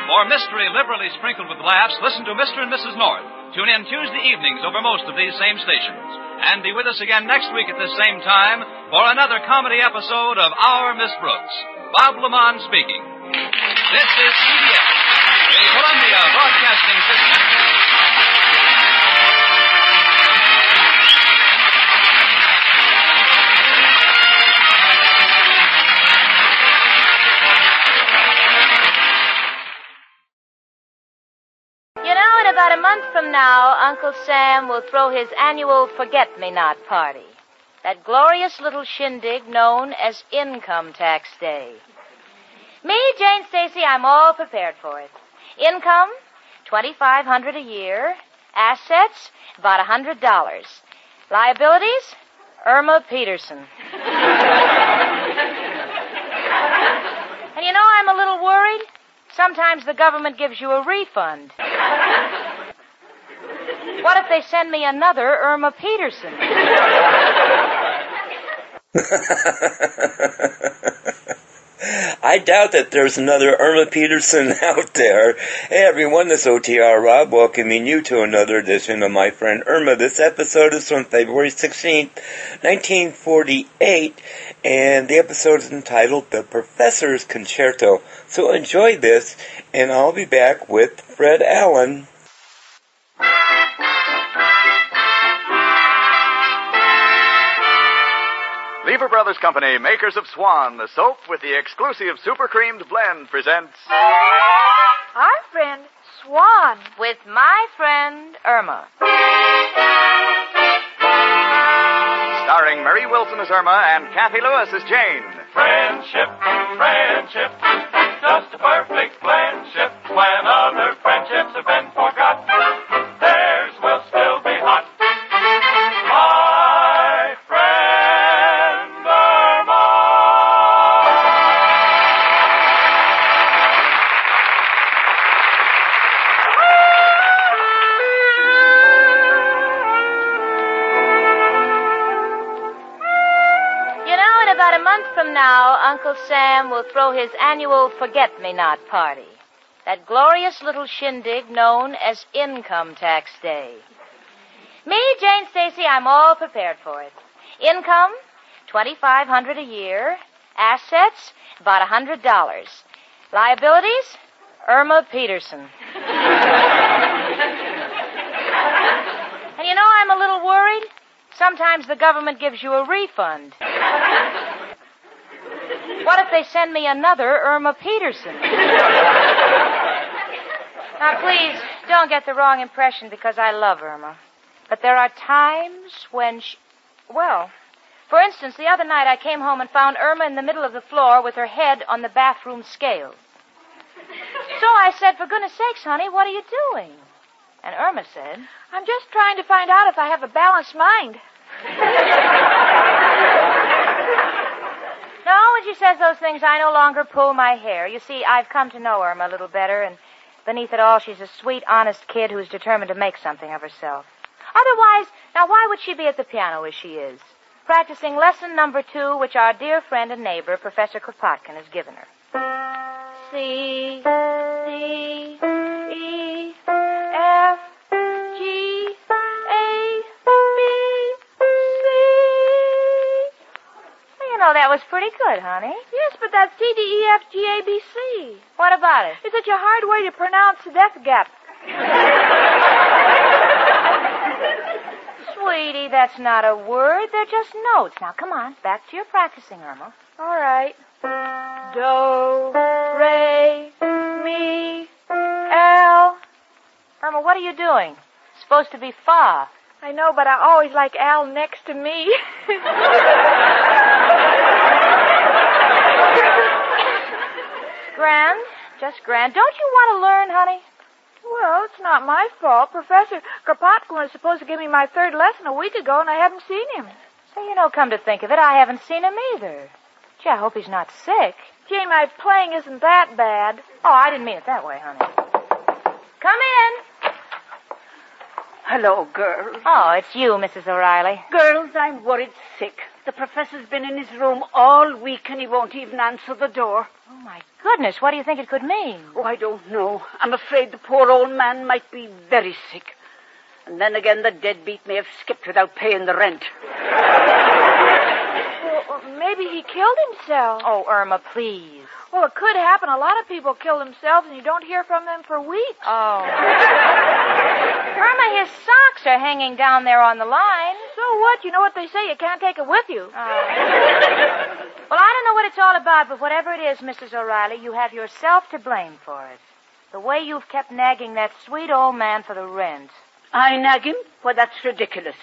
Speaker 9: For mystery liberally sprinkled with laughs, listen to Mr. and Mrs. North. Tune in Tuesday evenings over most of these same stations. And be with us again next week at this same time for another comedy episode of Our Miss Brooks. Bob Lamont speaking. This is CBS, the Columbia Broadcasting System.
Speaker 22: You know, in about a month from now, Uncle Sam will throw his annual Forget Me Not party. That glorious little shindig known as Income Tax Day. Me, Jane Stacy, I'm all prepared for it. Income, twenty-five hundred a year. Assets, about a hundred dollars. Liabilities, Irma Peterson. And you know, I'm a little worried. Sometimes the government gives you a refund. What if they send me another Irma Peterson?
Speaker 23: I doubt that there's another Irma Peterson out there. Hey everyone, this is OTR Rob welcoming you to another edition of My Friend Irma. This episode is from February 16th, 1948, and the episode is entitled The Professor's Concerto. So enjoy this, and I'll be back with Fred Allen.
Speaker 24: Lever Brothers Company, makers of Swan, the soap with the exclusive super creamed blend, presents
Speaker 22: Our friend Swan. With my friend Irma.
Speaker 24: starring Mary Wilson as Irma and Kathy Lewis as Jane.
Speaker 5: Friendship, friendship, just a perfect friendship. When other friendships have been forgot, theirs will still be hot. My friend Irma.
Speaker 22: You know, in about a month from now, Uncle Sam will throw his annual Forget Me Not party. That glorious little shindig known as Income Tax Day. Me, Jane Stacy, I'm all prepared for it. Income, twenty-five hundred a year. Assets, about a hundred dollars. Liabilities, Irma Peterson. And you know, I'm a little worried. Sometimes the government gives you a refund. What if they send me another Irma Peterson? Now, Uh, please, don't get the wrong impression because I love Irma. But there are times when she. Well, for instance, the other night I came home and found Irma in the middle of the floor with her head on the bathroom scale. So I said, For goodness sakes, honey, what are you doing? And Irma said,
Speaker 25: I'm just trying to find out if I have a balanced mind.
Speaker 22: No, when she says those things, I no longer pull my hair. You see, I've come to know Irma a little better, and beneath it all, she's a sweet, honest kid who's determined to make something of herself. Otherwise, now why would she be at the piano as she is? Practicing lesson number two, which our dear friend and neighbor, Professor Kropotkin, has given her.
Speaker 25: C, C, E, F, G, A, B, C.
Speaker 22: You know, that was pretty good, honey.
Speaker 25: Yes, but that's C, D, E, F, G, A, B, C.
Speaker 22: What about it?
Speaker 25: It's such a hard way to pronounce the death gap.
Speaker 22: Sweetie, that's not a word. They're just notes. Now, come on, back to your practicing, Irma.
Speaker 25: All right. Do, re, mi, al.
Speaker 22: Irma, what are you doing? It's supposed to be fa.
Speaker 25: I know, but I always like Al next to me.
Speaker 22: Grand, just grand. Don't you want to learn, honey?
Speaker 25: well, it's not my fault. Professor Kropotkin was supposed to give me my third lesson a week ago, and I haven't seen him.
Speaker 22: Say, you know, come to think of it, I haven't seen him either. Gee, I hope he's not sick.
Speaker 25: Gee, my playing isn't that bad.
Speaker 22: Oh, I didn't mean it that way, honey. Come in.
Speaker 26: Hello, girls.
Speaker 22: Oh, it's you, Mrs. O'Reilly.
Speaker 26: Girls, I'm worried sick. The professor's been in his room all week and he won't even answer the door.
Speaker 22: Oh, my goodness, what do you think it could mean?
Speaker 26: Oh, I don't know. I'm afraid the poor old man might be very sick. And then again, the deadbeat may have skipped without paying the rent.
Speaker 25: Well, maybe he killed himself.
Speaker 22: Oh, Irma, please.
Speaker 25: Well, it could happen. A lot of people kill themselves, and you don't hear from them for weeks.
Speaker 22: Oh. Irma, his socks are hanging down there on the line. Oh.
Speaker 25: So what? You know what they say. You can't take it with you.
Speaker 22: Well, I don't know what it's all about, but whatever it is, Mrs. O'Reilly, you have yourself to blame for it. The way you've kept nagging that sweet old man for the rent.
Speaker 26: I nag him? Well, that's ridiculous.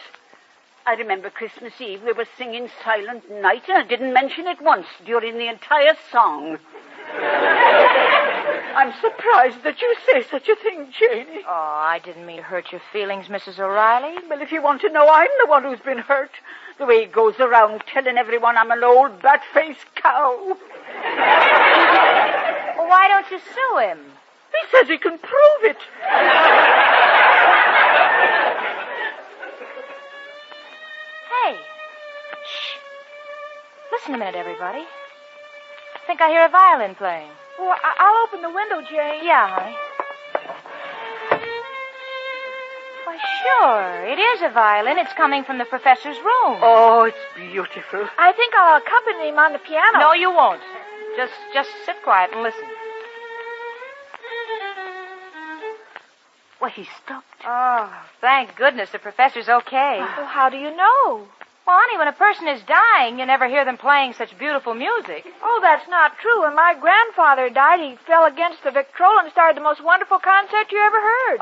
Speaker 26: I remember Christmas Eve we were singing Silent Night and I didn't mention it once during the entire song. I'm surprised that you say such a thing, Janie.
Speaker 22: Oh, I didn't mean to hurt your feelings, Mrs. O'Reilly.
Speaker 26: Well, if you want to know, I'm the one who's been hurt. The way he goes around telling everyone I'm an old bat-faced cow.
Speaker 22: Well, why don't you sue him?
Speaker 26: He says he can prove it.
Speaker 22: Hey. Shh. Listen a minute, everybody. I think I hear a violin playing.
Speaker 25: Well, I- I'll open the window, Jane.
Speaker 22: Yeah, honey. Why, sure. It is a violin. It's coming from the professor's room.
Speaker 26: Oh, it's beautiful.
Speaker 25: I think I'll accompany him on the piano.
Speaker 22: No, you won't. Just just sit quiet and listen.
Speaker 26: Well, he stopped.
Speaker 22: Oh, thank goodness the professor's okay.
Speaker 25: Well, how do you know?
Speaker 22: Well, honey, when a person is dying, you never hear them playing such beautiful music.
Speaker 25: Oh, that's not true. When my grandfather died, he fell against the Victrola and started the most wonderful concert you ever heard.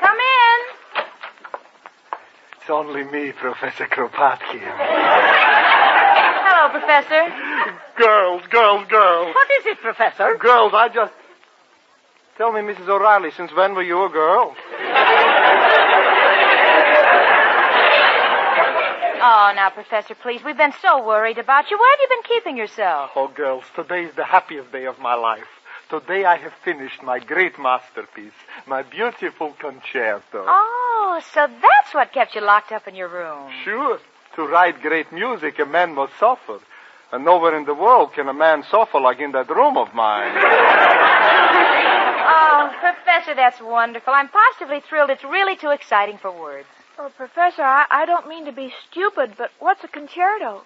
Speaker 22: Come in.
Speaker 27: It's only me, Professor Kropotkin.
Speaker 22: Hello, Professor.
Speaker 27: girls, girls, girls.
Speaker 26: What is it, Professor?
Speaker 27: Girls, I just. Tell me, Mrs. O'Reilly, since when were you a girl?
Speaker 22: Oh, now, Professor, please. We've been so worried about you. Where have you been keeping yourself?
Speaker 27: Oh, girls, today is the happiest day of my life. Today I have finished my great masterpiece, my beautiful concerto.
Speaker 26: Ah.
Speaker 22: Oh, so that's what kept you locked up in your room.
Speaker 27: Sure, to write great music, a man must suffer. And nowhere in the world can a man suffer like in that room of mine.
Speaker 22: Oh, Professor, that's wonderful. I'm positively thrilled. It's really too exciting for words.
Speaker 25: Well, Oh, Professor, I, I don't mean to be stupid, but what's a concerto?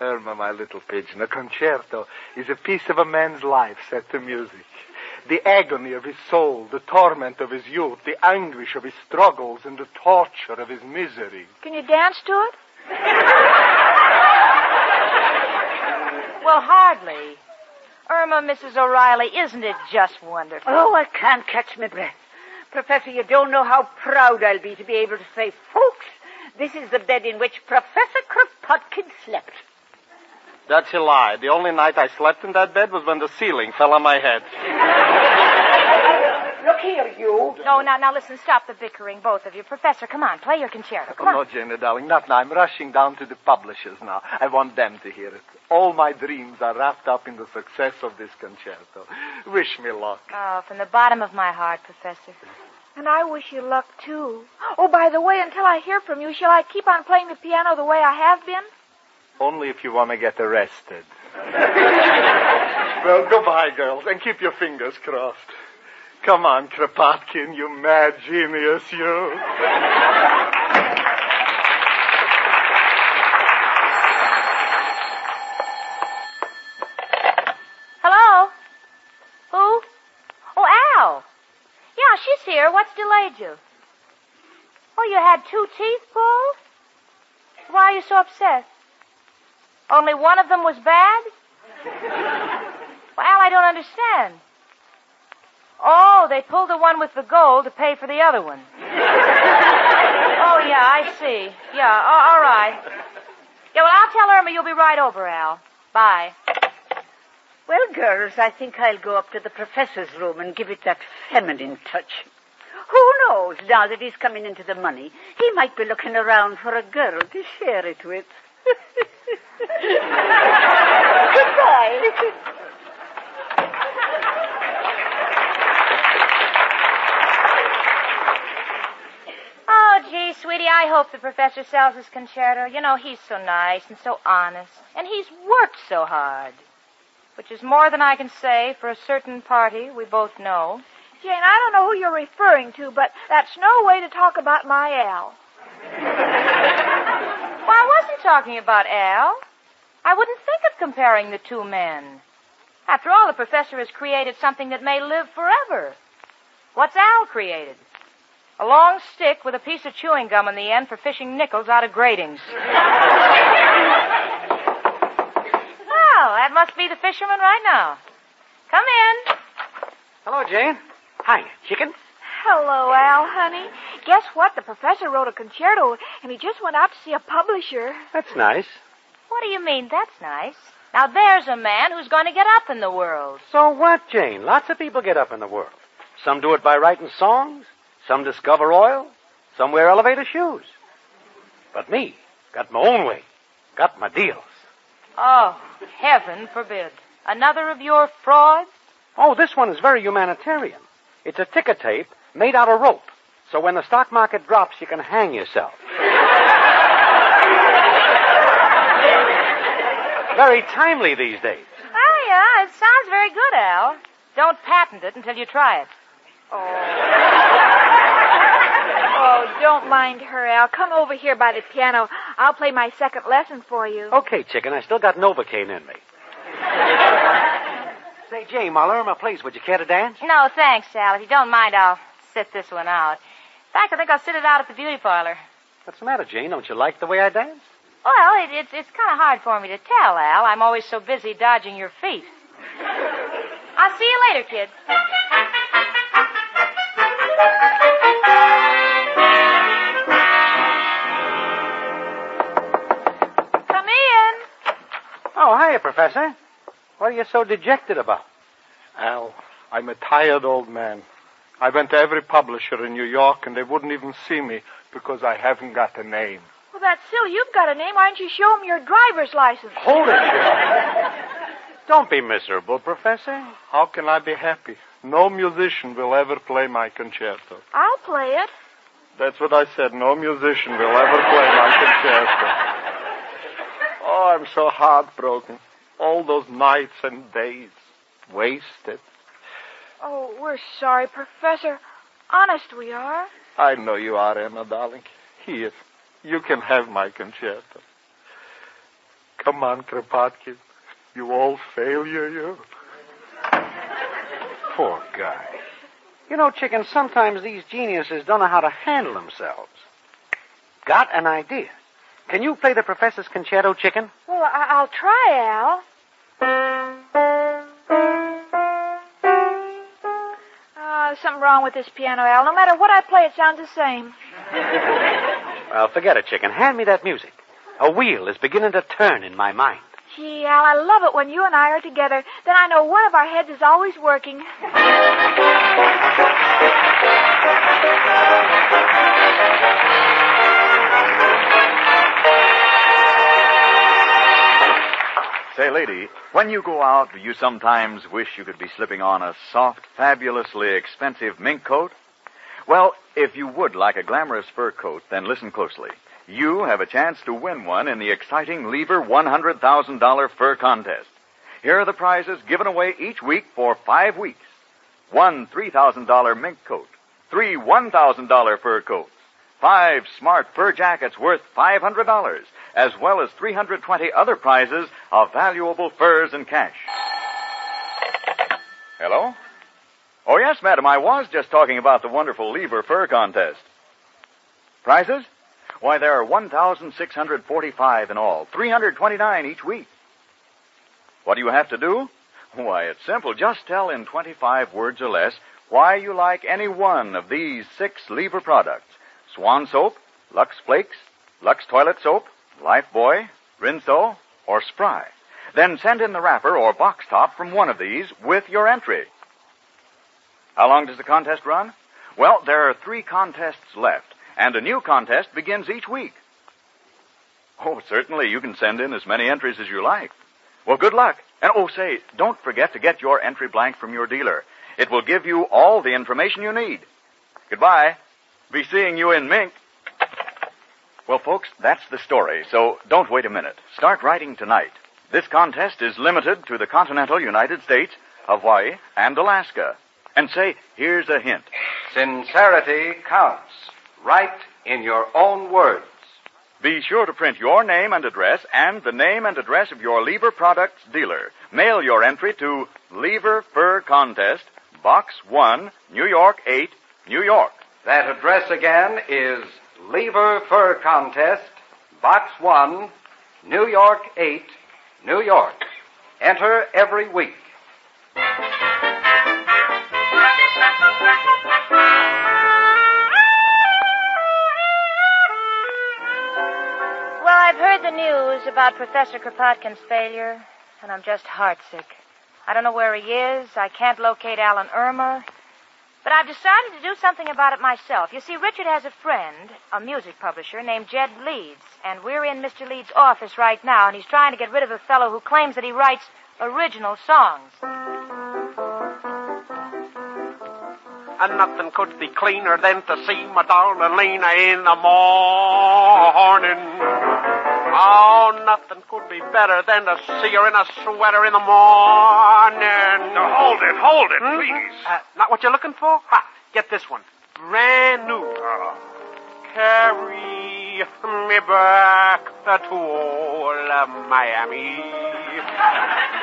Speaker 27: Irma, my little pigeon, a concerto is a piece of a man's life set to music. The agony of his soul, the torment of his youth, the anguish of his struggles, and the torture of his misery.
Speaker 25: Can you dance to it?
Speaker 22: Well, hardly. Irma, Mrs. O'Reilly, isn't it just wonderful?
Speaker 26: Oh, I can't catch my breath. Professor, you don't know how proud I'll be to be able to say, folks, this is the bed in which Professor Kropotkin slept.
Speaker 27: That's a lie. The only night I slept in that bed was when the ceiling fell on my head.
Speaker 26: Look here, you.
Speaker 28: No, now, now listen, stop the bickering, both of you. Professor, come on, play your concerto.
Speaker 27: Oh,
Speaker 28: Come
Speaker 27: no,
Speaker 28: on.
Speaker 27: Jane, darling, not now. I'm rushing down to the publishers now. I want them to hear it. All my dreams are wrapped up in the success of this concerto. Wish me luck.
Speaker 22: Oh, from the bottom of my heart, Professor.
Speaker 25: And I wish you luck, too. Oh, by the way, until I hear from you, shall I keep on playing the piano the way I have been?
Speaker 27: Only if you want to get arrested. well, goodbye, girls, and keep your fingers crossed. Come on, Kropotkin, you mad genius, you.
Speaker 22: Hello? Who? Oh, Al. Yeah, she's here. What's delayed you? Oh, you had two teeth pulled? Why are you so upset? Only one of them was bad? Well, Al, I don't understand. Oh, they pulled the one with the gold to pay for the other one. Oh, yeah, I see. Yeah, a- all right. Yeah, well, I'll tell Irma you'll be right over, Al. Bye.
Speaker 26: Well, girls, I think I'll go up to the professor's room and give it that feminine touch. Who knows, now that he's coming into the money, he might be looking around for a girl to share it with. Goodbye.
Speaker 22: Oh, gee, sweetie, I hope the professor sells his concerto. You know, he's so nice and so honest, and he's worked so hard, which is more than I can say for a certain party we both know.
Speaker 25: Jane, I don't know who you're referring to, but that's no way to talk about my Al.
Speaker 22: Well, I wasn't talking about Al. I wouldn't think of comparing the two men. After all, the professor has created something that may live forever. What's Al created? A long stick with a piece of chewing gum on the end for fishing nickels out of gratings. Well, Oh, that must be the fisherman right now. Come in.
Speaker 29: Hello, Jane. Hi, chicken.
Speaker 25: Hello, Al, honey. Guess what? The professor wrote a concerto, and he just went out to see a publisher.
Speaker 29: That's nice.
Speaker 22: What do you mean, that's nice? Now there's a man who's going to get up in the world.
Speaker 29: So what, Jane? Lots of people get up in the world. Some do it by writing songs, some discover oil, some wear elevator shoes. But me, got my own way, got my deals.
Speaker 22: Oh, heaven forbid. Another of your frauds?
Speaker 29: Oh, this one is very humanitarian. It's a ticker tape made out of rope, so when the stock market drops, you can hang yourself.
Speaker 22: Oh,
Speaker 29: Very timely these days.
Speaker 22: Oh, yeah, it sounds very good, Al. Don't patent it until you try it.
Speaker 25: Oh, don't mind her, Al. Come over here by the piano. I'll play my second lesson for you.
Speaker 29: Okay, chicken, I still got Novocaine in me. Say, Jane, while Irma plays, would you care to dance?
Speaker 22: No, thanks, Al. If you don't mind, I'll sit this one out. In fact, I think I'll sit it out at the beauty parlor.
Speaker 29: What's the matter, Jane? Don't you like the way I dance?
Speaker 22: Well, it, it's it's kind of hard for me to tell, Al. I'm always so busy dodging your feet. I'll see you later, kid. Come in.
Speaker 29: Oh, hiya, Professor. What are you so dejected about?
Speaker 27: Al, I'm a tired old man. I went to every publisher in New York and they wouldn't even see me because I haven't got a name.
Speaker 25: Well, that's silly. You've got a name. Why don't you show him your driver's license?
Speaker 27: Hold
Speaker 29: Don't be miserable, Professor.
Speaker 27: How can I be happy? No musician will ever play my concerto.
Speaker 25: I'll play it.
Speaker 27: That's what I said. No musician will ever play my concerto. Oh, I'm so heartbroken. All those nights and days wasted.
Speaker 25: Oh, we're sorry, Professor. Honest, we are.
Speaker 27: I know you are, Emma, darling. Here, you can have my concerto. Come on, Kropotkin. You old failure, you.
Speaker 29: Poor guy. You know, chicken, sometimes these geniuses don't know how to handle themselves. Got an idea. Can you play the Professor's concerto, chicken?
Speaker 25: Well, I- I'll try, Al. Uh, something wrong with this piano, Al. No matter what I play, it sounds the same.
Speaker 29: Well, forget it, chicken. Hand me that music. A wheel is beginning to turn in my mind.
Speaker 25: Gee, Al, I love it when you and I are together. Then I know one of our heads is always working.
Speaker 24: Say, lady, when you go out, do you sometimes wish you could be slipping on a soft, fabulously expensive mink coat? Well, if you would like a glamorous fur coat, then listen closely. You have a chance to win one in the exciting Lever $100,000 fur contest. Here are the prizes given away each week for five weeks. One $3,000 mink coat, three $1,000 fur coats, five smart fur jackets worth $500, as well as 320 other prizes of valuable furs and cash. Hello? Oh, yes, madam, I was just talking about the wonderful Lever Fur Contest. Prizes? Why, there are 1,645 in all, 329 each week. What do you have to do? Why, it's simple. Just tell in 25 words or less why you like any one of these six Lever products. Swan soap, Lux Flakes, Lux Toilet Soap, Life Boy, Rinso, or Spry. Then send in the wrapper or box top from one of these with your entry. How long does the contest run? Well, there are three contests left, and a new contest begins each week. Oh, certainly, you can send in as many entries as you like. Well, good luck. And oh, say, don't forget to get your entry blank from your dealer. It will give you all the information you need. Goodbye. Be seeing you in Mink. Well, folks, that's the story, so don't wait a minute. Start writing tonight. This contest is limited to the continental United States, Hawaii, and Alaska. And say, here's a hint.
Speaker 13: Sincerity counts. Write in your own words.
Speaker 24: Be sure to print your name and address and the name and address of your Lever Products dealer. Mail your entry to Lever Fur Contest, Box 1, New York 8, New York.
Speaker 13: That address again is Lever Fur Contest, Box 1, New York 8, New York. Enter every week.
Speaker 22: Well, I've heard the news about Professor Kropotkin's failure, and I'm just heartsick. I don't know where he is. I can't locate Alan Irmer. But I've decided to do something about it myself. You see, Richard has a friend, a music publisher named Jed Leeds, and we're in Mr. Leeds' office right now, and he's trying to get rid of a fellow who claims that he writes original songs.
Speaker 30: And nothing could be cleaner than to see my darling Lena in the morning. Oh, nothing could be better than to see her in a sweater in the morning.
Speaker 14: Now, hold it, hold it,
Speaker 30: Hmm?
Speaker 14: please.
Speaker 30: Uh, not what you're looking for? Ha! Get this one. Brand new. Carry me back to old Miami.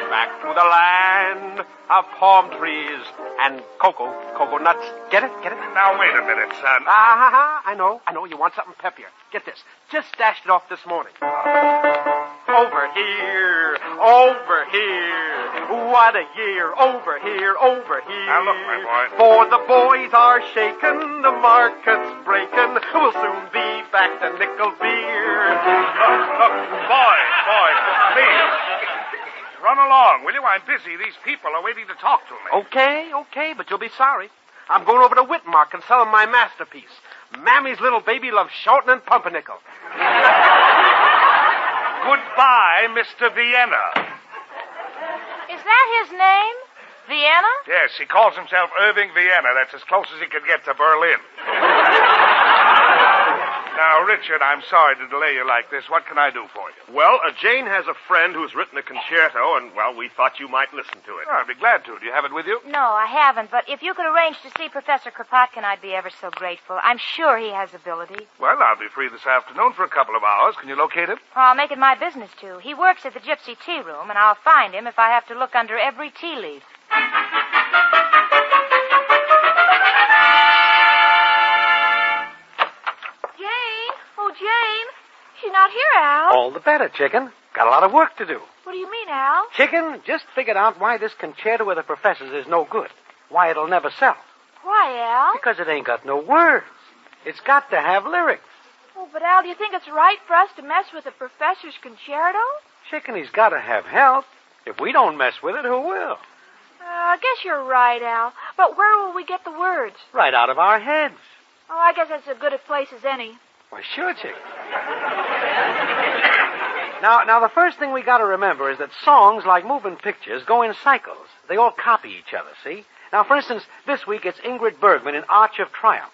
Speaker 30: back to the land of palm trees and cocoa, cocoa nuts. Get it? Get it?
Speaker 14: Now, wait a minute, son.
Speaker 30: Ah, ha, ha. I know, I know. You want something peppier. Get this. Just dashed it off this morning. Over here, over here. What a year. Over here, over here.
Speaker 14: Now, look, my boy.
Speaker 30: For the boys are shaken, the market's breaking. We'll soon be back to nickel beer.
Speaker 14: Look, look, boy, boy, please. Run along, will you? I'm busy. These people are waiting to talk to me.
Speaker 31: Oh,
Speaker 30: Okay, okay, but you'll be sorry. I'm going over to Whitmark and sell him my masterpiece. Mammy's little baby loves shortening and pumpernickel.
Speaker 14: Goodbye, Mr. Vienna.
Speaker 22: Is that his name? Vienna?
Speaker 14: Yes, he calls himself Irving Vienna. That's as close as he could get to Berlin. Now, Richard, I'm sorry to delay you like this. What can I do for you?
Speaker 31: Well, uh, Jane has a friend who's written a concerto, and, well, we thought you might listen to it.
Speaker 14: Oh, I'd be glad to. Do you have it with you?
Speaker 22: No, I haven't, but if you could arrange to see Professor Kropotkin, I'd be ever so grateful. I'm sure he has ability.
Speaker 14: Well, I'll be free this afternoon for a couple of hours. Can you locate him?
Speaker 22: Well, I'll make it my business to. He works at the Gypsy Tea Room, and I'll find him if I have to look under every tea leaf.
Speaker 25: Jane? Oh, Jane. She's not here, Al. Oh,
Speaker 29: Oh. All the better, chicken. Got a lot of work to do.
Speaker 25: What do you mean, Al?
Speaker 29: Chicken just figured out why this concerto of the professor's is no good. Why it'll never sell.
Speaker 25: Why, Al?
Speaker 29: Because it ain't got no words. It's got to have lyrics.
Speaker 25: Oh, but Al, do you think it's right for us to mess with the professor's concerto?
Speaker 29: Chicken, he's got to have help. If we don't mess with it, who will?
Speaker 25: Uh, I guess you're right, Al. But where will we get the words?
Speaker 29: Right out of our heads.
Speaker 25: Oh, I guess that's as good a place as any.
Speaker 29: Why, sure, Chicken. Now, now the first thing we got to remember is that songs, like moving pictures, go in cycles. They all copy each other. See? Now, for instance, this week it's Ingrid Bergman in Arch of Triumph.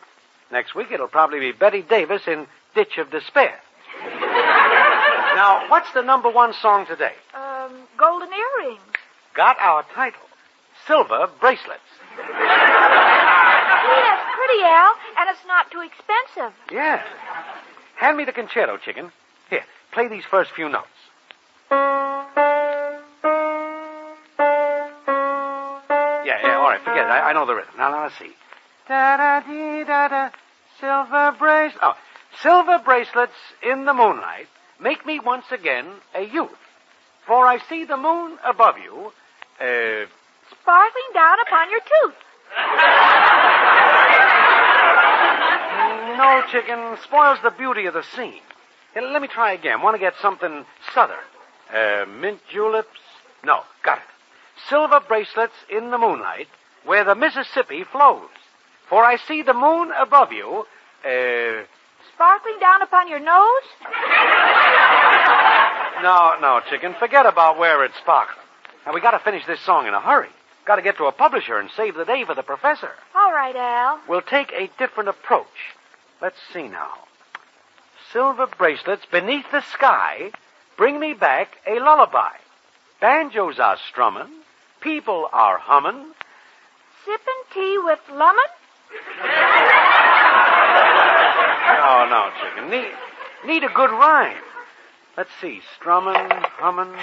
Speaker 29: Next week it'll probably be Betty Davis in Ditch of Despair. now, what's the number one song today?
Speaker 25: Um, golden earrings.
Speaker 29: Got our title: Silver Bracelets.
Speaker 25: Gee, that's pretty, Al, and it's not too expensive.
Speaker 29: Yeah. Hand me the concerto, chicken. Here, play these first few notes. Yeah, yeah, all right, forget it. I, I know the rhythm. Now, now let's see. Da da dee da da, silver bracelets. Oh, silver bracelets in the moonlight make me once again a youth. For I see the moon above you. Uh,
Speaker 25: Sparkling down upon your tooth.
Speaker 29: no, chicken spoils the beauty of the scene. Here, let me try again. Want to get something southern? Uh, mint juleps? No, got it. Silver bracelets in the moonlight, where the Mississippi flows. For I see the moon above you. Uh,
Speaker 25: Sparkling down upon your nose?
Speaker 29: no, no, chicken. Forget about where it's sparkling. Now we got to finish this song in a hurry. Got to get to a publisher and save the day for the professor.
Speaker 25: All right, Al.
Speaker 29: We'll take a different approach. Let's see now. Silver bracelets beneath the sky bring me back a lullaby. Banjos are strumming, people are humming.
Speaker 25: Sipping tea with lemon?
Speaker 29: No, Oh, no, chicken. Need, need a good rhyme. Let's see. Strumming, humming.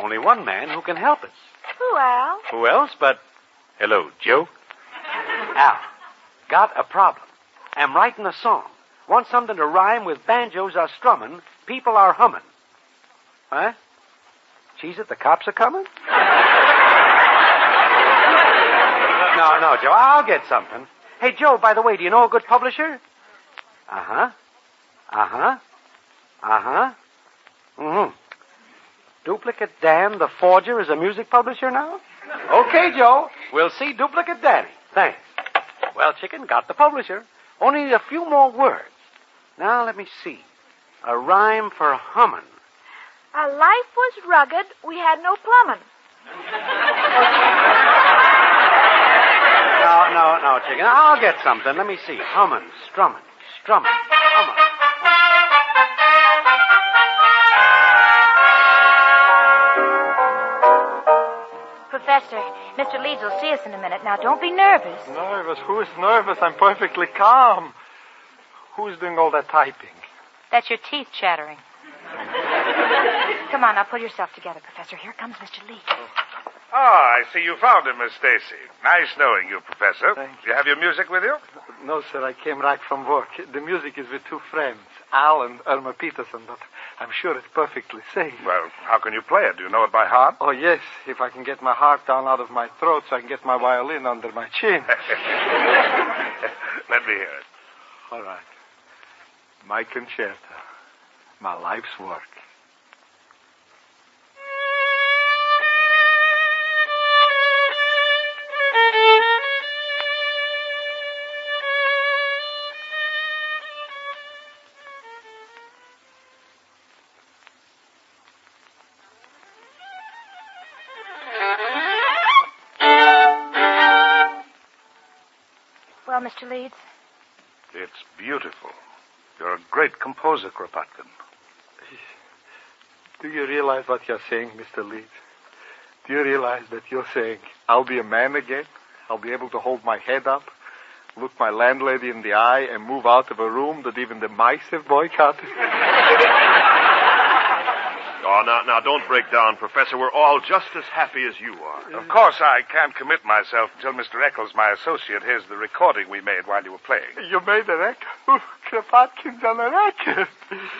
Speaker 29: Only one man who can help us.
Speaker 25: Who, Al?
Speaker 29: Who else but. Hello, Joe? Al, got a problem. Am writing a song. Want something to rhyme with banjos are strumming, people are humming. Huh? Cheese it, the cops are coming? no, no, Joe, I'll get something. Hey, Joe, by the way, do you know a good publisher? Uh huh. Uh huh. Uh huh. Mm hmm. Duplicate Dan, the forger, is a music publisher now? Okay, Joe. We'll see Duplicate Danny. Thanks. Well, Chicken got the publisher. Only a few more words. Now, let me see. A rhyme for humming.
Speaker 25: Our life was rugged. We had no plumbing.
Speaker 29: No, no, no, Chicken. I'll get something. Let me see. Humming, strumming, strumming.
Speaker 3: Professor, Mr. Leeds will see us in a minute. Now, don't be nervous.
Speaker 27: Nervous? Who is nervous? I'm perfectly calm. Who's doing all that typing?
Speaker 3: That's your teeth chattering. Come on, now pull yourself together, Professor. Here comes Mr. Leeds.
Speaker 14: Ah, I see you found him, Miss Stacy. Nice knowing you, Professor. Do you have your music with you?
Speaker 27: No, sir, I came right from work. The music is with two friends, Al and Irma Peterson, but I'm sure it's perfectly safe.
Speaker 14: Well, how can you play it? Do you know it by heart?
Speaker 27: Oh, yes. If I can get my heart down out of my throat so I can get my violin under my chin.
Speaker 14: Let me hear it.
Speaker 27: All right. My concerto. My life's work.
Speaker 3: Well, Mr. Leeds,
Speaker 14: It's beautiful. You're a great composer, Kropotkin.
Speaker 27: Do you realize what you're saying, Mr. Leeds? Do you realize that you're saying, I'll be a man again? I'll be able to hold my head up, look my landlady in the eye, and move out of a room that even the mice have boycotted?
Speaker 5: Oh, now, now, don't break down, Professor. We're all just as happy as you are.
Speaker 14: Of course, I can't commit myself until Mr. Eccles, my associate, hears the recording we made while you were playing.
Speaker 27: You made a record. Kropotkin's on a record.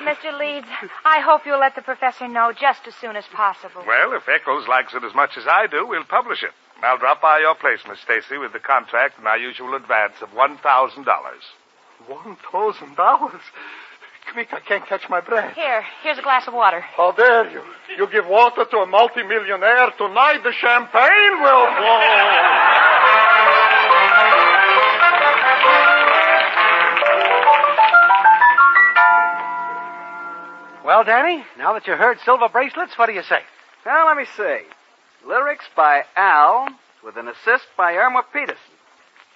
Speaker 22: Mr. Leeds, I hope you'll let the professor know just as soon as possible.
Speaker 14: Well, if Eccles likes it as much as I do, we'll publish it. I'll drop by your place, Miss Stacy, with the contract and my usual advance of $1,000.
Speaker 27: One thousand dollars. Quick, I can't catch my breath.
Speaker 22: Here, here's a glass of water.
Speaker 27: How dare you? You give water to a multimillionaire, tonight the champagne will flow.
Speaker 29: Well, Danny, now that you heard Silver Bracelets, what do you say?
Speaker 32: Now, let me see. Lyrics by Al, with an assist by Irma Peterson.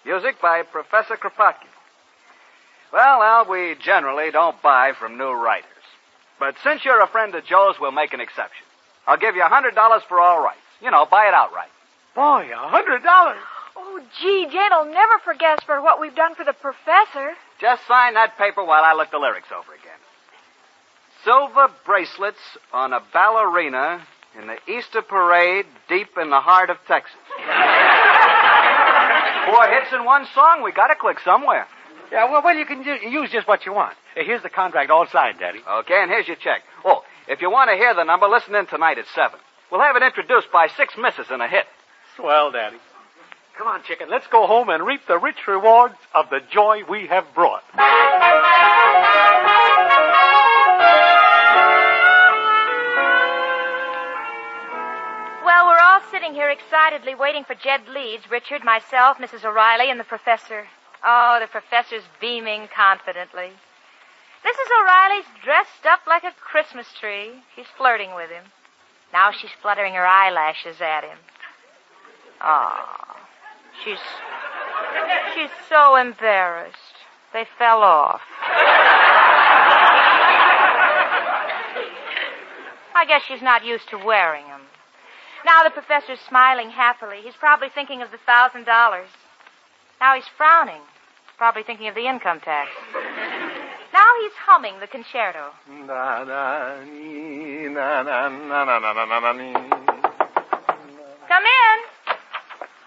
Speaker 32: Music by Professor Kropotkin. Well, Al, we generally don't buy from new writers. But since you're a friend of Joe's, we'll make an exception. I'll give you $100 for all rights. You know, buy it outright.
Speaker 29: Boy, a hundred dollars.
Speaker 25: Oh, gee, Jane'll never forget us for what we've done for the professor.
Speaker 32: Just sign that paper while I look the lyrics over again. Silver bracelets on a ballerina in the Easter parade deep in the heart of Texas. Four hits in one song. We got to click somewhere.
Speaker 29: Yeah, well, well, you can ju- use just what you want. Uh, Here's the contract all signed, Danny.
Speaker 32: Okay, and here's your check. Oh, if you want to hear the number, listen in tonight at 7. We'll have it introduced by six misses and a hit.
Speaker 29: Swell, Daddy. Come on, chicken. Let's go home and reap the rich rewards of the joy we have brought.
Speaker 3: Well, we're all sitting here excitedly waiting for Jed Leeds, Richard, myself, Mrs. O'Reilly, and the professor. Oh, the professor's beaming confidently. Mrs. O'Reilly's dressed up like a Christmas tree. She's flirting with him. Now she's fluttering her eyelashes at him. Oh, she's she's so embarrassed. They fell off. I guess she's not used to wearing them. Now the professor's smiling happily. He's probably thinking of the thousand dollars. Now he's frowning, probably thinking of the income tax. Now he's humming the concerto.
Speaker 27: Na na ni na na na na na na na na ni.
Speaker 22: Come in.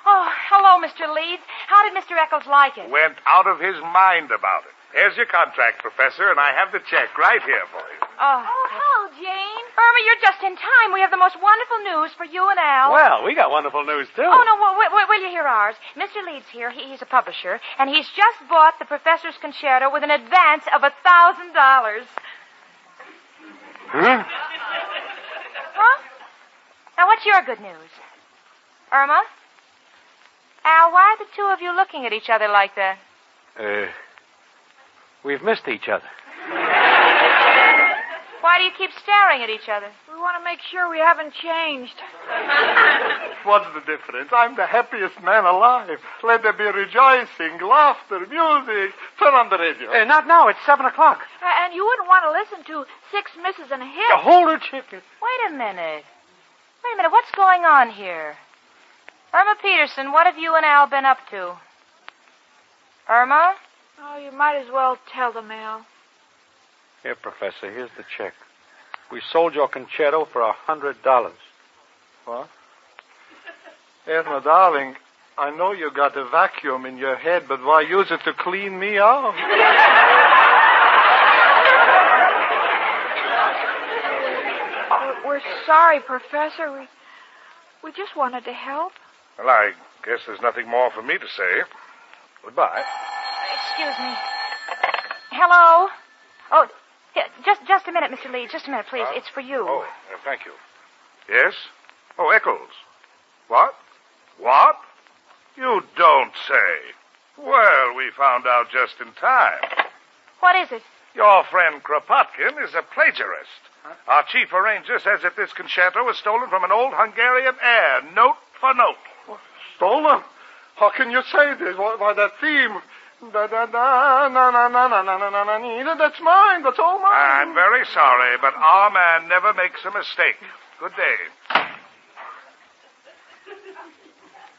Speaker 22: Oh, hello, Mr. Leeds. How did Mr. Eccles like it?
Speaker 14: Went out of his mind about it. Here's your contract, Professor, and I have the check right here for you.
Speaker 22: Oh,
Speaker 25: hello, Jane.
Speaker 22: Irma, you're just in time. We have the most wonderful news for you and Al.
Speaker 29: Well, we got wonderful news, too.
Speaker 22: Oh, no, well, wait, wait, will you hear ours? Mr. Leeds here, he, he's a publisher, and he's just bought the professor's concerto with an advance of a thousand dollars.
Speaker 29: Huh?
Speaker 22: Huh? Now, what's your good news? Irma? Al, why are the two of you looking at each other like that?
Speaker 29: Uh, we've missed each other.
Speaker 22: Why do you keep staring at each other?
Speaker 25: We want to make sure we haven't changed.
Speaker 27: What's the difference? I'm the happiest man alive. Let there be rejoicing, laughter, music. Turn on the radio.
Speaker 29: Uh, not now. It's 7 o'clock.
Speaker 25: Uh, and you wouldn't want to listen to six misses and a hit.
Speaker 29: You hold her, chicken.
Speaker 22: Wait a minute. Wait a minute. What's going on here? Irma Peterson, what have you and Al been up to? Irma?
Speaker 25: Oh, you might as well tell them, Al.
Speaker 29: Here, Professor, here's the check. We sold your concerto for a hundred dollars.
Speaker 27: What? Erna, darling, I know you got a vacuum in your head, but why use it to clean me out?
Speaker 25: We're, we're sorry, Professor. We, we just wanted to help.
Speaker 14: Well, I guess there's nothing more for me to say. Goodbye.
Speaker 22: Excuse me. Hello? Oh, yeah, just just a minute, Mr. Leeds. Just a minute, please.
Speaker 14: Huh?
Speaker 22: It's for you.
Speaker 14: Oh, uh, thank you. Yes? Oh, Eccles. What? What? You don't say. Well, we found out just in time.
Speaker 22: What is it?
Speaker 14: Your friend Kropotkin is a plagiarist. Our chief arranger says that this concerto was stolen from an old Hungarian air, note for note.
Speaker 27: Stolen? How can you say this? Why, why that theme? Da da da na na na na na na na na na. That's mine. That's all mine.
Speaker 14: I'm very sorry, but our man never makes a mistake. Good day.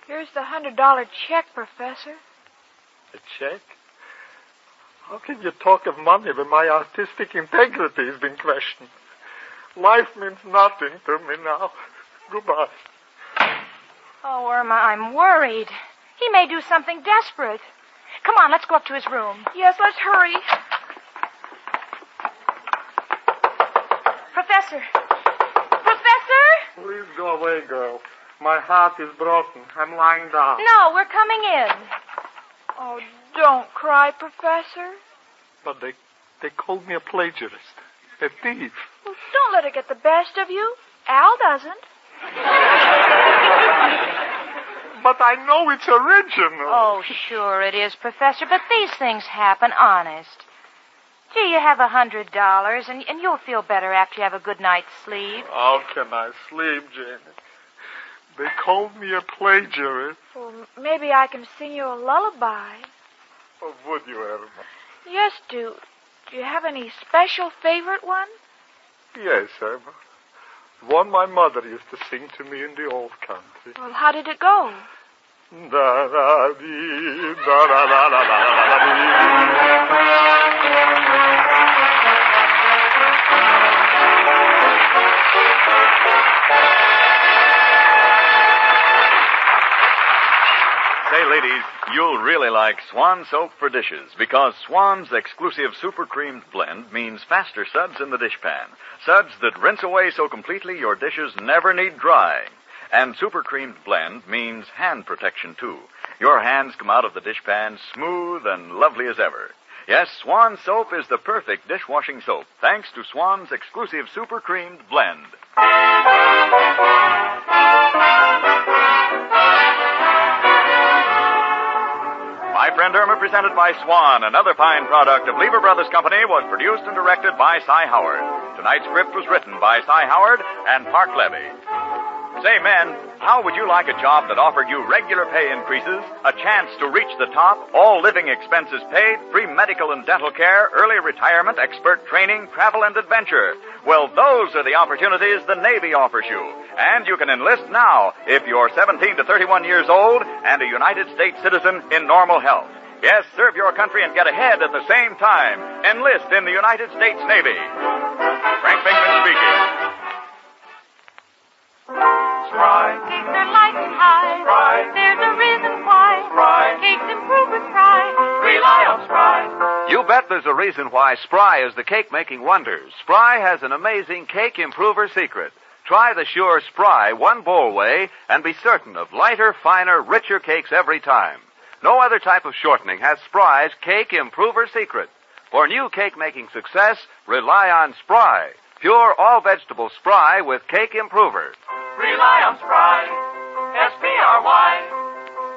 Speaker 25: Here's the hundred dollar check, Professor.
Speaker 27: A Ah, check? How can you talk of money when my artistic integrity has been questioned? Life means nothing to me now. Goodbye.
Speaker 3: Oh, Irma, I'm worried. He may do something desperate. Come on, let's go up to his room.
Speaker 25: Yes, let's hurry.
Speaker 3: Professor. Professor?
Speaker 27: Please go away, girl. My heart is broken. I'm lying down.
Speaker 3: No, we're coming in.
Speaker 25: Oh, don't cry, Professor.
Speaker 27: But they, they called me a plagiarist, a thief.
Speaker 25: Well, don't let it get the best of you. Al doesn't.
Speaker 27: But I know it's original.
Speaker 22: Oh, sure it is, Professor, but these things happen, honest. Gee, you have a hundred dollars, and, and you'll feel better after you have a good night's sleep.
Speaker 27: How can I sleep, Janie? They called me a plagiarist.
Speaker 25: Well, m- maybe I can sing you a lullaby.
Speaker 27: Oh, would you, Irma?
Speaker 25: Yes, do. Do you have any special favorite one?
Speaker 27: Yes, Irma. One my mother used to sing to me in the old country.
Speaker 25: Well, how did it go?
Speaker 27: Da da dee, da da da da da da
Speaker 24: Say, ladies, you'll really like Swan soap for dishes because Swan's exclusive super creamed blend means faster suds in the dishpan. Suds that rinse away so completely your dishes never need drying. And super creamed blend means hand protection too. Your hands come out of the dishpan smooth and lovely as ever. Yes, Swan soap is the perfect dishwashing soap thanks to Swan's exclusive super creamed blend. My Friend Irma, presented by Swan, another fine product of Lever Brothers Company, was produced and directed by Cy Howard. Tonight's script was written by Cy Howard and Park Levy. Say, men, how would you like a job that offered you regular pay increases, a chance to reach the top, all living expenses paid, free medical and dental care, early retirement, expert training, travel and adventure? Well, those are the opportunities the Navy offers you. And you can enlist now if you're 17 to 31 years old and a United States citizen in normal health. Yes, serve your country and get ahead at the same time. Enlist in the United States Navy. Frank Bingman speaking.
Speaker 5: Cakes
Speaker 3: are light and high. There's a reason why. Cakes improve with fry. Rely on Sprite.
Speaker 11: You bet there's a reason why Spry is the cake making wonder. Spry has an amazing cake improver secret. Try the sure Spry one bowl way and be certain of lighter, finer, richer cakes every time. No other type of shortening has Spry's cake improver secret. For new cake making success, rely on Spry. Pure all vegetable Spry with cake improver.
Speaker 5: Rely on Sprite. S-P-R-Y.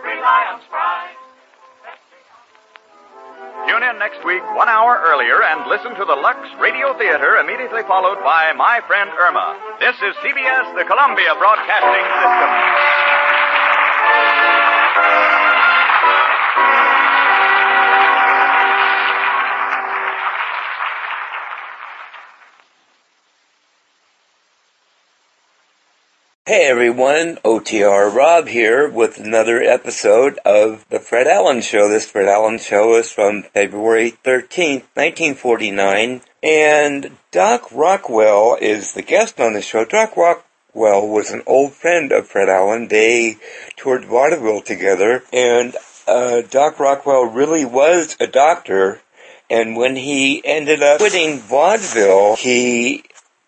Speaker 5: Rely on Sprite.
Speaker 24: Tune in next week, one hour earlier, and listen to the Lux Radio Theater, immediately followed by My Friend Irma. This is CBS, the Columbia Broadcasting System.
Speaker 23: Hey everyone, OTR Rob here with another episode of The Fred Allen Show. This Fred Allen Show is from February 13th, 1949, and Doc Rockwell is the guest on the show. Doc Rockwell was an old friend of Fred Allen. They toured vaudeville together, and uh, Doc Rockwell really was a doctor, and when he ended up quitting vaudeville, he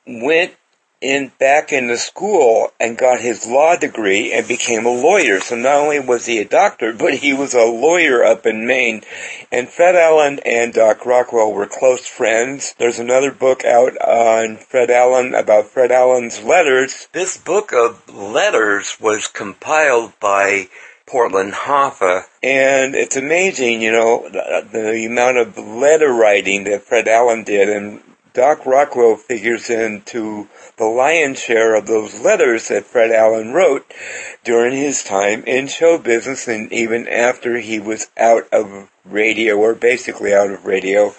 Speaker 23: went in back into school and got his law degree and became a lawyer. So not only was he a doctor, but he was a lawyer up in Maine. And Fred Allen and Doc Rockwell were close friends. There's another book out on Fred Allen about Fred Allen's letters. This book of letters was compiled by Portland Hoffa. And it's amazing, you know, the, the amount of letter writing that Fred Allen did and Doc Rockwell figures into the lion's share of those letters that Fred Allen wrote during his time in show business and even after he was out of radio or basically out of radio.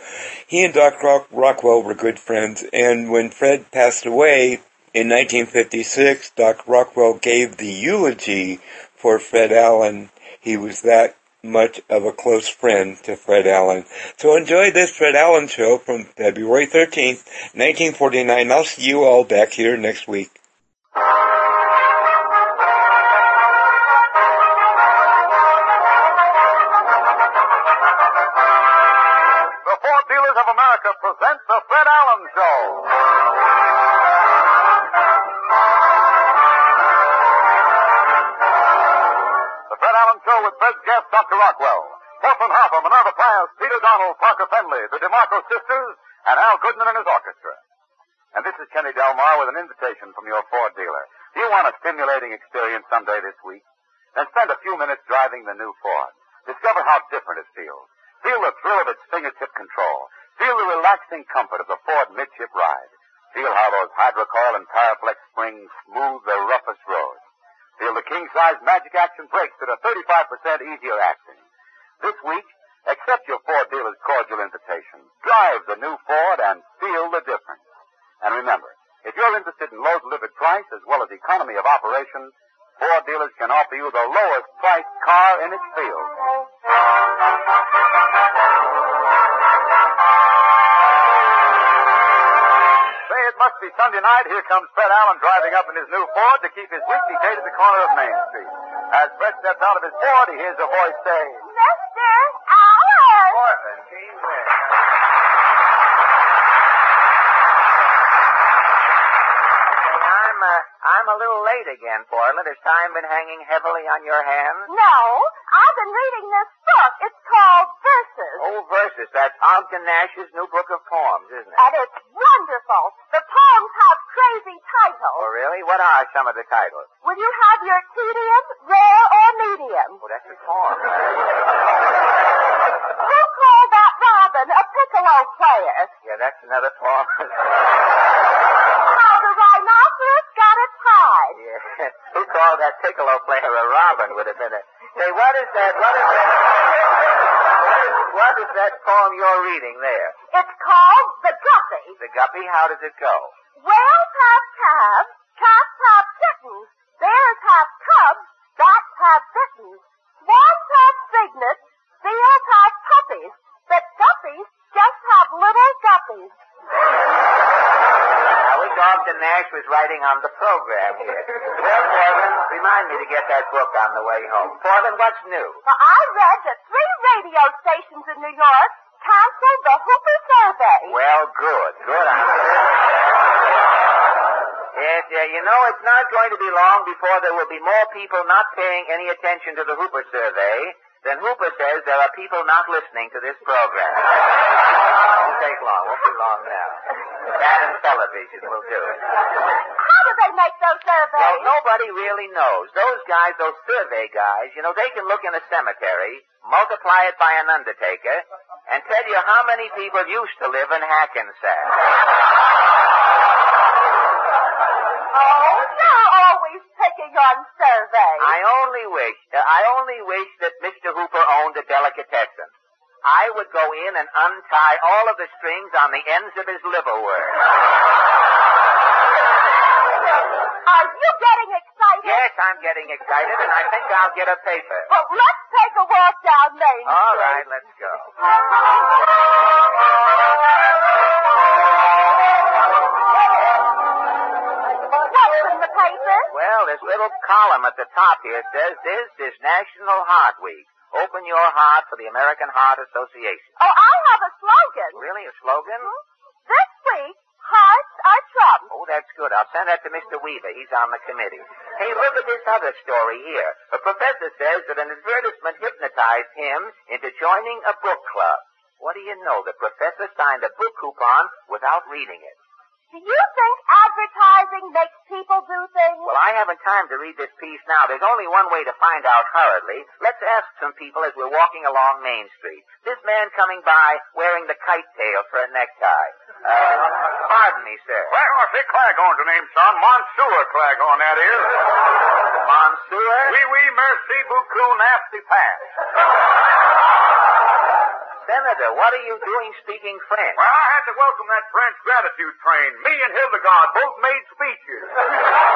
Speaker 23: He and Doc Rock- Rockwell were good friends and when Fred passed away in 1956, Doc Rockwell gave the eulogy for Fred Allen. He was that much of a close friend to Fred Allen. So enjoy this Fred Allen show from February 13th, 1949. I'll see you all back here next week.
Speaker 19: The Ford Dealers of America presents the Fred Allen Show. The Fred Allen Show with Fred guest Dr. Rockwell, Kelson Harper, Minerva Pius, Peter Donald, Parker Fenley, the DeMarco sisters, and Al Goodman and his orchestra. And this is Kenny Delmar with an invitation from your Ford dealer. Do you want a stimulating experience someday this week? Then spend a few minutes driving the new Ford. Discover how different it feels. Feel the thrill of its fingertip control. Feel the relaxing comfort of the Ford midship ride. Feel how those hydrocoil and Tyreflex springs smooth the roughest roads. Feel the king-size magic action brakes that are 35% easier acting. This week, accept your Ford dealer's cordial invitation. Drive the new Ford and feel the difference. And remember, if you're interested in low delivered price as well as economy of operation, Ford dealers can offer you the lowest priced car in its field. Say, it must be Sunday night. Here comes Fred Allen driving up in his new Ford to keep his weekly date at the corner of Main Street. As Fred steps out of his Ford, he hears a voice say,
Speaker 33: Mr. Allen.
Speaker 20: Hey, I'm, uh, I'm a little late again, Portland. Has time been hanging heavily on your hands?
Speaker 33: No, I've been reading this book. It's called Verses.
Speaker 20: Oh, verses. That's Ogden Nash's new book of poems, isn't it?
Speaker 33: And it's wonderful. The poems have crazy titles.
Speaker 20: Oh, really? What are some of the titles?
Speaker 33: Will you have your tedium, rare, or medium?
Speaker 20: Oh, that's a poem.
Speaker 33: Who called that robin a piccolo player?
Speaker 20: yeah, that's another poem.
Speaker 33: How the rhinoceros got its hide.
Speaker 20: yeah. Who called that piccolo player a robin would have been a... Say, what is that? What is that? What is that poem you're reading there?
Speaker 33: It's called the guppy.
Speaker 20: The Guppy, how does it go?
Speaker 33: Whales have calves, cats have kittens, bears have cubs, bats have kittens, swans have cygnets, seals have puppies, but guppies just have little guppies.
Speaker 20: I wish Ogden Nash was writing on the program here. Well, Portland, remind me to get that book on the way home. Portland, what's new?
Speaker 33: Well, I read that three radio stations in New York canceled the Hooper survey.
Speaker 20: Well, good. Good on you. Yes, yeah, you know, it's not going to be long before there will be more people not paying any attention to the Hooper survey than Hooper says there are people not listening to this program. Won't take long. Won't be long now. That and television will do it.
Speaker 33: How do they make those surveys?
Speaker 20: Well, nobody really knows. Those guys, those survey guys, you know, they can look in a cemetery, multiply it by an undertaker, and tell you how many people used to live in Hackensack.
Speaker 33: Oh, you're always picking on surveys.
Speaker 20: I only wish, uh, I only wish that Mr. Hooper owned a delicatessen. I would go in and untie all of the strings on the ends of his liverwort.
Speaker 33: Are you getting excited?
Speaker 20: Yes, I'm getting excited, and I think I'll get a paper.
Speaker 33: Well, let's take a walk down Main Street. Oh,
Speaker 20: All right, let's go.
Speaker 33: What's in the paper?
Speaker 20: Well, this little column at the top here says this is National Heart Week. Open your heart for the American Heart Association.
Speaker 33: Oh, I have a slogan.
Speaker 20: Really, a slogan?
Speaker 33: This week, hearts are trumps.
Speaker 20: Oh, that's good. I'll send that to Mr. Weaver. He's on the committee. Hey, look at this other story here. A professor says that an advertisement hypnotized him into joining a book club. What do you know? The professor signed a book coupon without reading it.
Speaker 33: Do you think advertising makes people do things?
Speaker 20: Well, I haven't time to read this piece now. There's only one way to find out hurriedly. Let's ask some people as we're walking along Main Street. This man coming by wearing the kite tail for a necktie. Uh, pardon me, sir.
Speaker 19: Well, I say Claghorn's the name, son. Monsieur Claghorn, that is.
Speaker 20: Monsieur?
Speaker 19: Oui, oui, merci beaucoup, nasty pass.
Speaker 20: Senator, what are you doing speaking French?
Speaker 19: Well, I had to welcome that French gratitude train. Me and Hildegard both made speeches.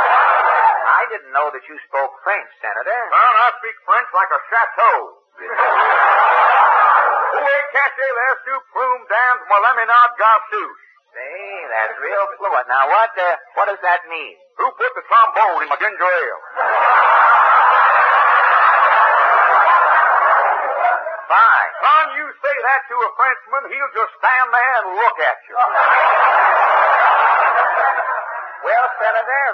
Speaker 20: I didn't know that you spoke French, Senator.
Speaker 12: Well, I speak French like a chateau. Oué, caché, last two plume, damned, maleminade, garsouche.
Speaker 20: See, that's real fluent. Now, what uh, what does that mean?
Speaker 12: Who put the trombone in my ginger ale?
Speaker 20: Fine.
Speaker 12: Son, you say that to a Frenchman, he'll just stand there and look at you.
Speaker 20: Well, Senator,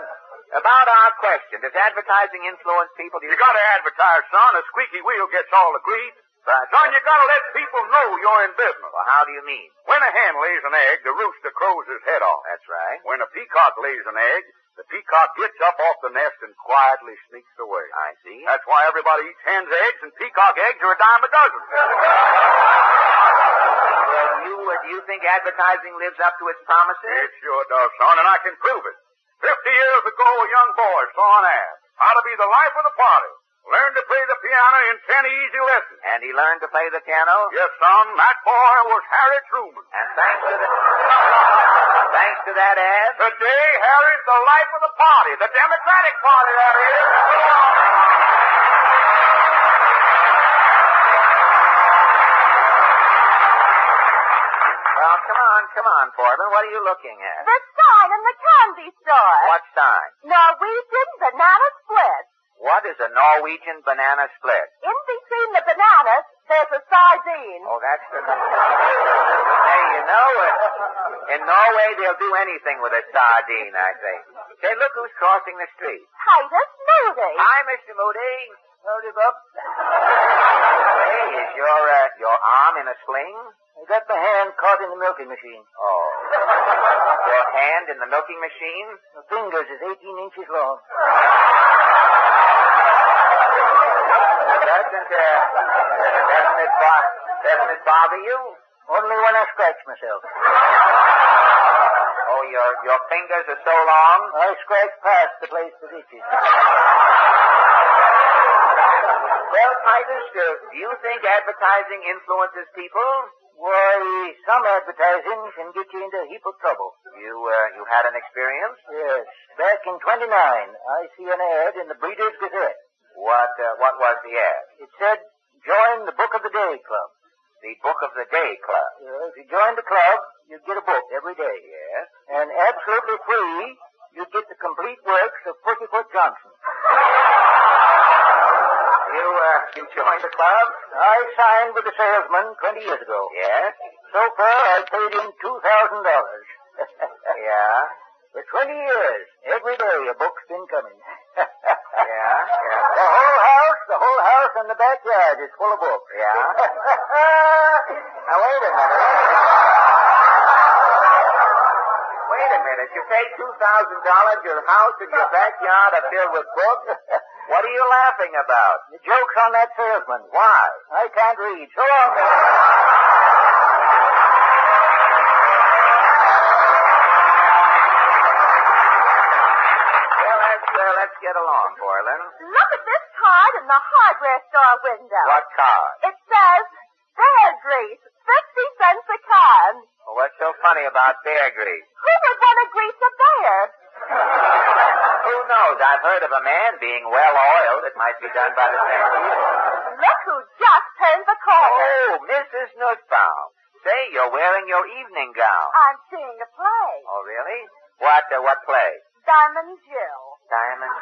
Speaker 20: about our question, does advertising influence people? Do you,
Speaker 12: You gotta advertise, son. A squeaky wheel gets all the grease.
Speaker 20: But,
Speaker 12: Son, you gotta let people know you're in business.
Speaker 20: well, how do you mean?
Speaker 12: When a hen lays an egg, the rooster crows his head off.
Speaker 20: That's right.
Speaker 12: When a peacock lays an egg, the peacock gets up off the nest and quietly sneaks away.
Speaker 20: I see.
Speaker 12: That's why everybody eats hen's eggs, and peacock eggs are a dime a dozen.
Speaker 20: Well, you, uh, do you think advertising lives up to its promises?
Speaker 12: It sure does, son, and I can prove it. Fifty years ago, a young boy saw an ad. How to be the life of the party. Learned to play the piano in ten easy lessons.
Speaker 20: And he learned to play the piano?
Speaker 12: Yes, son, that boy was Harry Truman.
Speaker 20: And thanks to the... Thanks to that ad?
Speaker 12: Today, Harry's the life of the party, the Democratic Party, that is.
Speaker 20: Well, come on, come on, Portman. What are you looking at?
Speaker 33: The sign in the candy store.
Speaker 20: What sign?
Speaker 33: Norwegian banana split.
Speaker 20: What is a Norwegian banana split?
Speaker 33: In between the bananas, there's a sardine.
Speaker 20: Oh, that's the. hey, you know it. In Norway, they'll do anything with a sardine, I think. Say, look who's crossing the street.
Speaker 33: Titus Moody.
Speaker 20: Hi, Mr. Moody. Hold him up. hey, is your, uh, your arm in a sling? I got the hand caught in the milking machine. Oh. your hand in the milking machine? The fingers is 18 inches long. doesn't, uh, doesn't it, bo- doesn't it bother you? Only when I scratch myself. Oh, your, your fingers are so long? I scratch past the place that itches. Well, Titus, uh, do you think advertising influences people? Why, some advertising can get you into a heap of trouble. You, uh, you had an experience? Yes. Back in 29, I see an ad in the Breeders' Gazette. What, uh, what was the ad? It said, join the Book of the Day Club. The Book of the Day Club? if you join the club, you get a book every day. Yes. And absolutely free, you get the complete works of Pussyfoot Johnson. You, uh, you joined the club? I signed with the salesman 20 years ago. Yes? So far, I've paid him $2,000. yeah? For 20 years, every day a book's been coming. yeah, yeah. The whole house, the whole house and the backyard is full of books. Yeah? now, wait a minute. Wait a minute. You pay $2,000, your house and your backyard are filled with books? What are you laughing about? The joke's on that salesman. Why? I can't read. So long. well, let's, uh, let's get along, Boylan.
Speaker 33: Look at this card in the hardware store window.
Speaker 20: What card?
Speaker 33: It says, Bear Grease, 50 cents a can.
Speaker 20: Well, what's so funny about bear grease?
Speaker 33: Who would want to grease a bear?
Speaker 20: Who knows? I've heard of a man being well oiled. It might be done by the same people.
Speaker 33: Look who just turned the corner.
Speaker 20: Oh, Mrs. Nussbaum. Say, you're wearing your evening gown.
Speaker 33: I'm seeing a play.
Speaker 20: Oh, really? What, uh, what play?
Speaker 33: Diamond Jill.
Speaker 20: Diamond.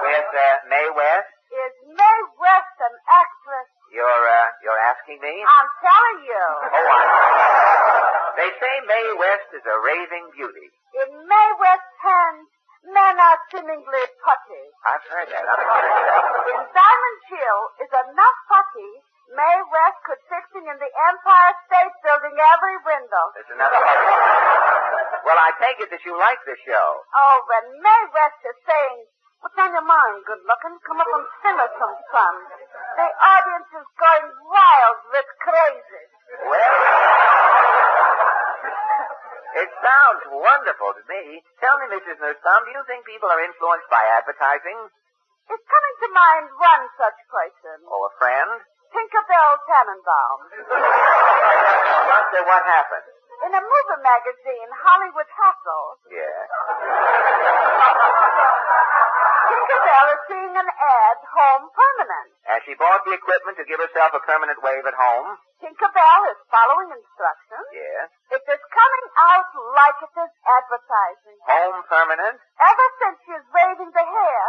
Speaker 20: With uh, May West?
Speaker 33: Is May West an actress?
Speaker 20: You're, uh, you're asking me?
Speaker 33: I'm telling you.
Speaker 20: Oh, I They say May West is a raving beauty.
Speaker 33: In May West's hands, men are seemingly putty.
Speaker 20: I've heard that. I've heard that.
Speaker 33: In Diamond Jill is enough putty, May West could fix him in the Empire State Building every window.
Speaker 20: There's another one. Well, I take it that you like the show.
Speaker 33: Oh, when May West is saying, What's on your mind, good looking? Come up and sing us some fun. The audience is going wild with crazy.
Speaker 20: It sounds wonderful to me. Tell me, Mrs. Nussbaum, do you think people are influenced by advertising?
Speaker 33: Is coming to mind one such person,
Speaker 20: Oh, a friend?
Speaker 33: Tinkerbell Tannenbaum.
Speaker 20: What, uh, what happened?
Speaker 33: In a movie magazine, Hollywood Hustle,
Speaker 20: Yeah.
Speaker 33: Tinkerbell is seeing an ad, home permanent.
Speaker 20: Has she bought the equipment to give herself a permanent wave at home?
Speaker 33: Tinkerbell is following instructions.
Speaker 20: Yes.
Speaker 33: It is coming out like it is advertising.
Speaker 20: Home permanent?
Speaker 33: Ever since she's waving the hair,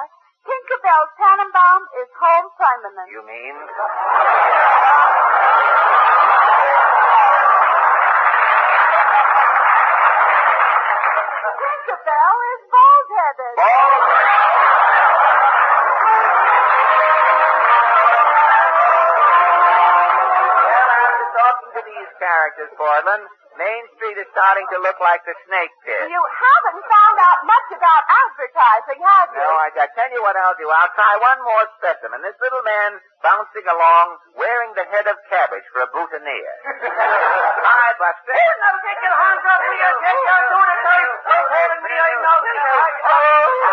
Speaker 33: Tinkerbell Tannenbaum is home permanent.
Speaker 20: You mean?
Speaker 33: Tinkerbell is bald-headed.
Speaker 20: After talking to these characters, Portland, Main Street is starting to look like the snake pit.
Speaker 33: You haven't found out much about advertising, have you?
Speaker 20: No, I, I tell you what I'll do. I'll try one more specimen. This little man bouncing along, wearing the head of cabbage for a boutonniere. Five bucks. Here's no ticket hung up here. Get your boutonniere. Don't hold me. I know this.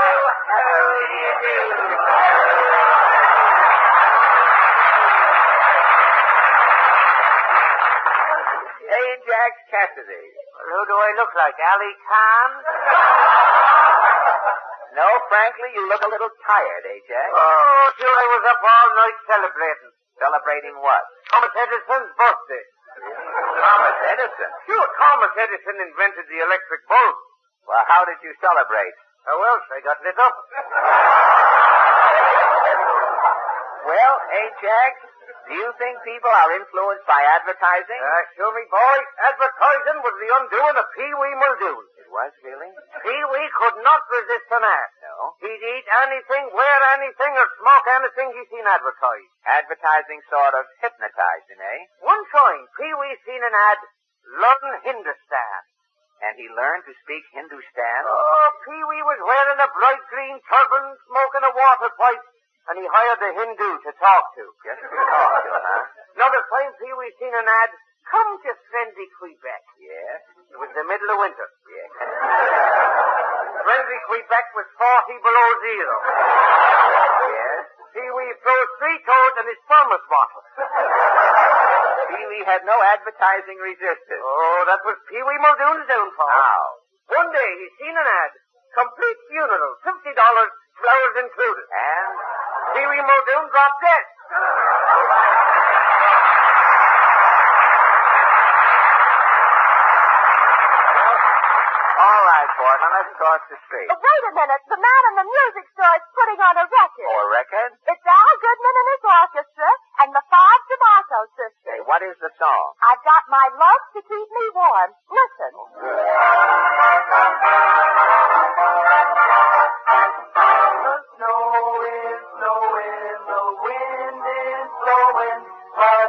Speaker 20: Ajax Cassidy. Who do I look like? Allie Tom? No, frankly, you look a little tired, eh, Ajax.
Speaker 4: Oh, sure, I was up all night celebrating.
Speaker 20: Celebrating what?
Speaker 4: Thomas Edison's birthday.
Speaker 20: Thomas Edison.
Speaker 4: Sure, Thomas Edison invented the electric bulb.
Speaker 20: Well, how did you celebrate?
Speaker 4: How else? I got lit up.
Speaker 20: Well, Ajax, do you think people are influenced by advertising?
Speaker 4: Uh, sure, me boy, advertising was the undoing of Pee Wee Muldoon.
Speaker 20: It was, really?
Speaker 4: Pee Wee could not resist an ad.
Speaker 20: No.
Speaker 4: He'd eat anything, wear anything, or smoke anything he seen advertised.
Speaker 20: Advertising sort of hypnotized him, eh?
Speaker 4: One time, Pee Wee seen an ad, London Hindustan.
Speaker 20: And he learned to speak Hindustan?
Speaker 4: Oh, Pee Wee was wearing a bright green turban, smoking a water pipe, and he hired a Hindu to talk to.
Speaker 20: Just to talk to him, huh?
Speaker 4: Another time, Pee Wee seen an ad, come to friendly Quebec.
Speaker 20: Yes.
Speaker 4: It was the middle of winter.
Speaker 20: Yes.
Speaker 4: friendly Quebec was 40 below zero.
Speaker 20: Yes.
Speaker 4: Pee Wee froze three toads in his thermos bottle.
Speaker 20: Pee Wee had no advertising resistance.
Speaker 4: Oh, that was Pee Wee Muldoon's downfall.
Speaker 20: How?
Speaker 4: One day he seen an ad. Complete funeral, fifty dollars, flowers included.
Speaker 20: And
Speaker 4: Pee Wee Muldoon dropped dead.
Speaker 20: All right, Portman, let's cross the street.
Speaker 33: Uh, Wait a minute. The man in the music store is putting on a record.
Speaker 20: Or record?
Speaker 33: It's Al Goodman and his orchestra and the five DeMarco
Speaker 20: Say,
Speaker 33: sisters.
Speaker 20: what is the song?
Speaker 33: I've got my love to keep me warm. Listen.
Speaker 5: But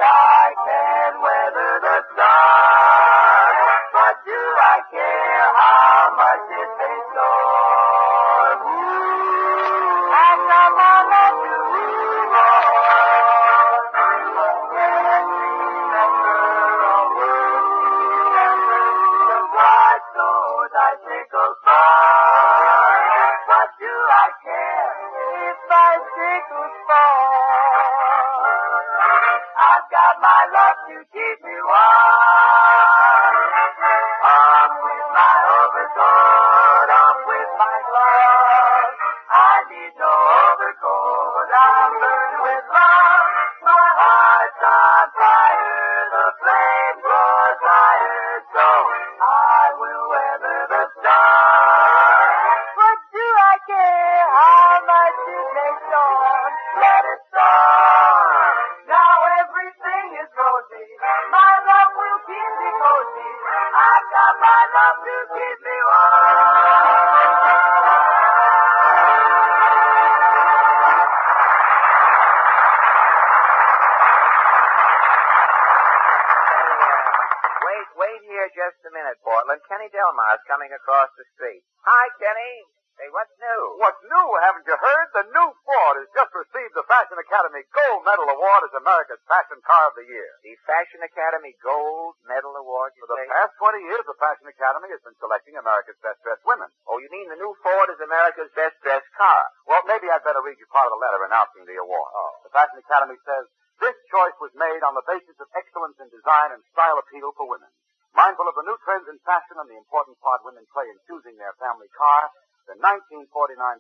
Speaker 5: I can weather the storm. What do I care how much it may storm? And I'm gonna do I think of What do I care if I think of I've got my love to keep me warm. Off with my overcoat, off with my gloves. I need no overcoat, I'm burned with love. My heart's on fire, the flame grows higher, so I will weather the storm. What do I care how much it may storm? Let it storm. Now everything is rosy. My love will keep me cozy. I've got my love to keep me warm.
Speaker 20: Wait, wait here just a minute, Portland. Kenny Delmar is coming across the street. Hi, Kenny. Say, what's new?
Speaker 19: What's new? Haven't you heard? The new Ford has just received the Fashion Academy Gold Medal Award as America's Fashion Car of the Year.
Speaker 20: The Fashion Academy Gold Medal Award, you
Speaker 19: For the
Speaker 20: say?
Speaker 19: past 20 years, the Fashion Academy has been selecting America's best dressed women.
Speaker 20: Oh, you mean the new Ford is America's best dressed car?
Speaker 19: Well, maybe I'd better read you part of the letter announcing the award.
Speaker 20: Oh.
Speaker 19: The Fashion Academy says, this choice was made on the basis of excellence in design and style appeal for women. Mindful of the new trends in fashion and the important part women play in choosing their family car, the 1949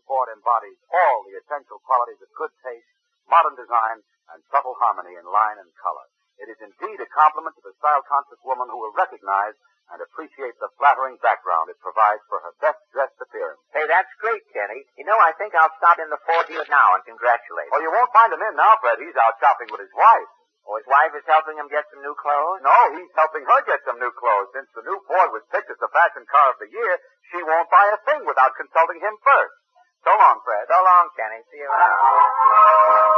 Speaker 19: Ford embodies all the essential qualities of good taste, modern design, and subtle harmony in line and color. It is indeed a compliment to the style-conscious woman who will recognize and appreciate the flattering background it provides for her best-dressed appearance.
Speaker 5: Hey, that's great, Kenny. You know, I think I'll stop in the Ford dealer now and congratulate.
Speaker 19: Oh, you won't find him in now, Fred. He's out shopping with his wife.
Speaker 5: Oh, his wife is helping him get some new clothes?
Speaker 19: No, he's helping her get some new clothes. Since the new Ford was picked as the fashion car of the year, she won't buy a thing without consulting him first. So long, Fred.
Speaker 5: So long, Kenny. See you around.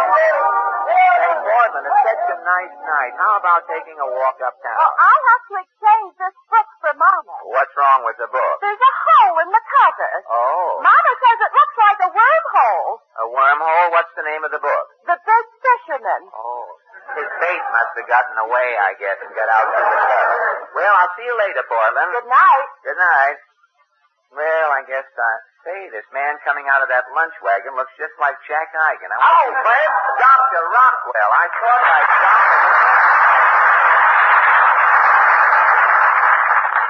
Speaker 5: Hey, Boardman, it's such a nice night. How about taking a walk uptown?
Speaker 33: Well, Oh,
Speaker 19: Oh,
Speaker 33: I have to exchange this book for Mama.
Speaker 5: What's wrong with the book?
Speaker 33: There's a hole in the cover.
Speaker 5: Oh.
Speaker 33: Mama says it looks like a wormhole.
Speaker 5: A wormhole? What's the name of the book?
Speaker 33: The Big Fisherman.
Speaker 5: Oh. His fate must have gotten away, I guess, and got out through the cover. Well, I'll see you later, Portland.
Speaker 33: Good night.
Speaker 5: Good night. Well, I guess I say this man coming out of that lunch wagon looks just like Jack Eigen. I
Speaker 20: Oh, Fred,
Speaker 5: Doctor Rockwell. I thought I saw.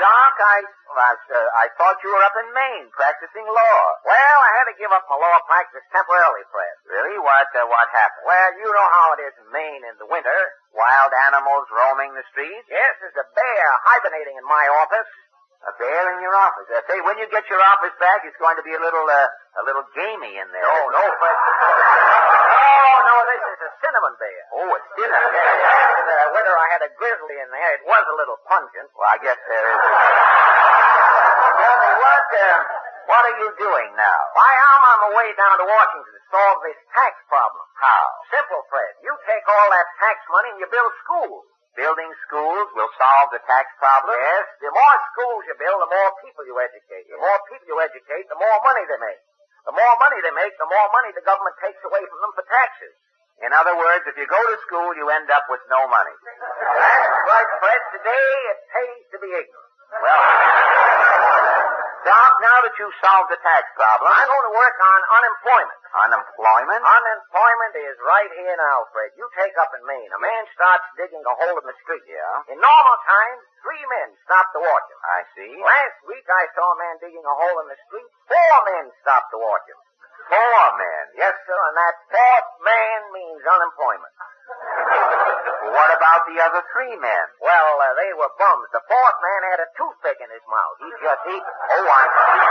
Speaker 5: Doc, I, I, uh, I thought you were up in Maine practicing law.
Speaker 20: Well, I had to give up my law practice temporarily, Fred.
Speaker 5: Really? What uh, what happened?
Speaker 20: Well, you know how it is in Maine in the winter.
Speaker 5: Wild animals roaming the streets?
Speaker 20: Yes, there's a bear hibernating in my office.
Speaker 5: A bear in your office. Uh, say, when you get your office back, it's going to be a little, uh, a little gamey in there.
Speaker 20: No, no, Fred. Oh, no, this is a cinnamon bear.
Speaker 5: Oh, it's
Speaker 20: Yeah,
Speaker 5: dinner.
Speaker 20: yeah, yeah. Uh, Whether I had a grizzly in there, it was a little pungent.
Speaker 5: Well, I guess there is. Tell me, what, uh, what are you doing now?
Speaker 20: Why, I'm on my way down to Washington to solve this tax problem.
Speaker 5: How?
Speaker 20: Simple, Fred. You take all that tax money and you build schools.
Speaker 5: Building schools will solve the tax problem?
Speaker 20: Yes, the more schools you build, the more people you educate. The more people you educate, the more money they make. The more money they make, the more money the government takes away from them for taxes.
Speaker 5: In other words, if you go to school, you end up with no money.
Speaker 20: That's right, Fred. Today it pays to be ignorant.
Speaker 5: Well, Doc, now that you've solved the tax problem,
Speaker 20: I'm going to work on unemployment.
Speaker 5: unemployment?
Speaker 20: Unemployment is right here now, Fred. You take up in Maine. A man starts digging a hole in the street.
Speaker 5: Yeah.
Speaker 20: In normal times, three men stop to watch him.
Speaker 5: I see.
Speaker 20: Last week I saw a man digging a hole in the street. Four men stopped to watch him.
Speaker 5: Four men.
Speaker 20: Yes, sir, and that fourth man means unemployment.
Speaker 5: What about the other three men?
Speaker 20: Well, uh, they were bums. The fourth man had a toothpick in his mouth. He just ate. it.
Speaker 5: Oh, I see.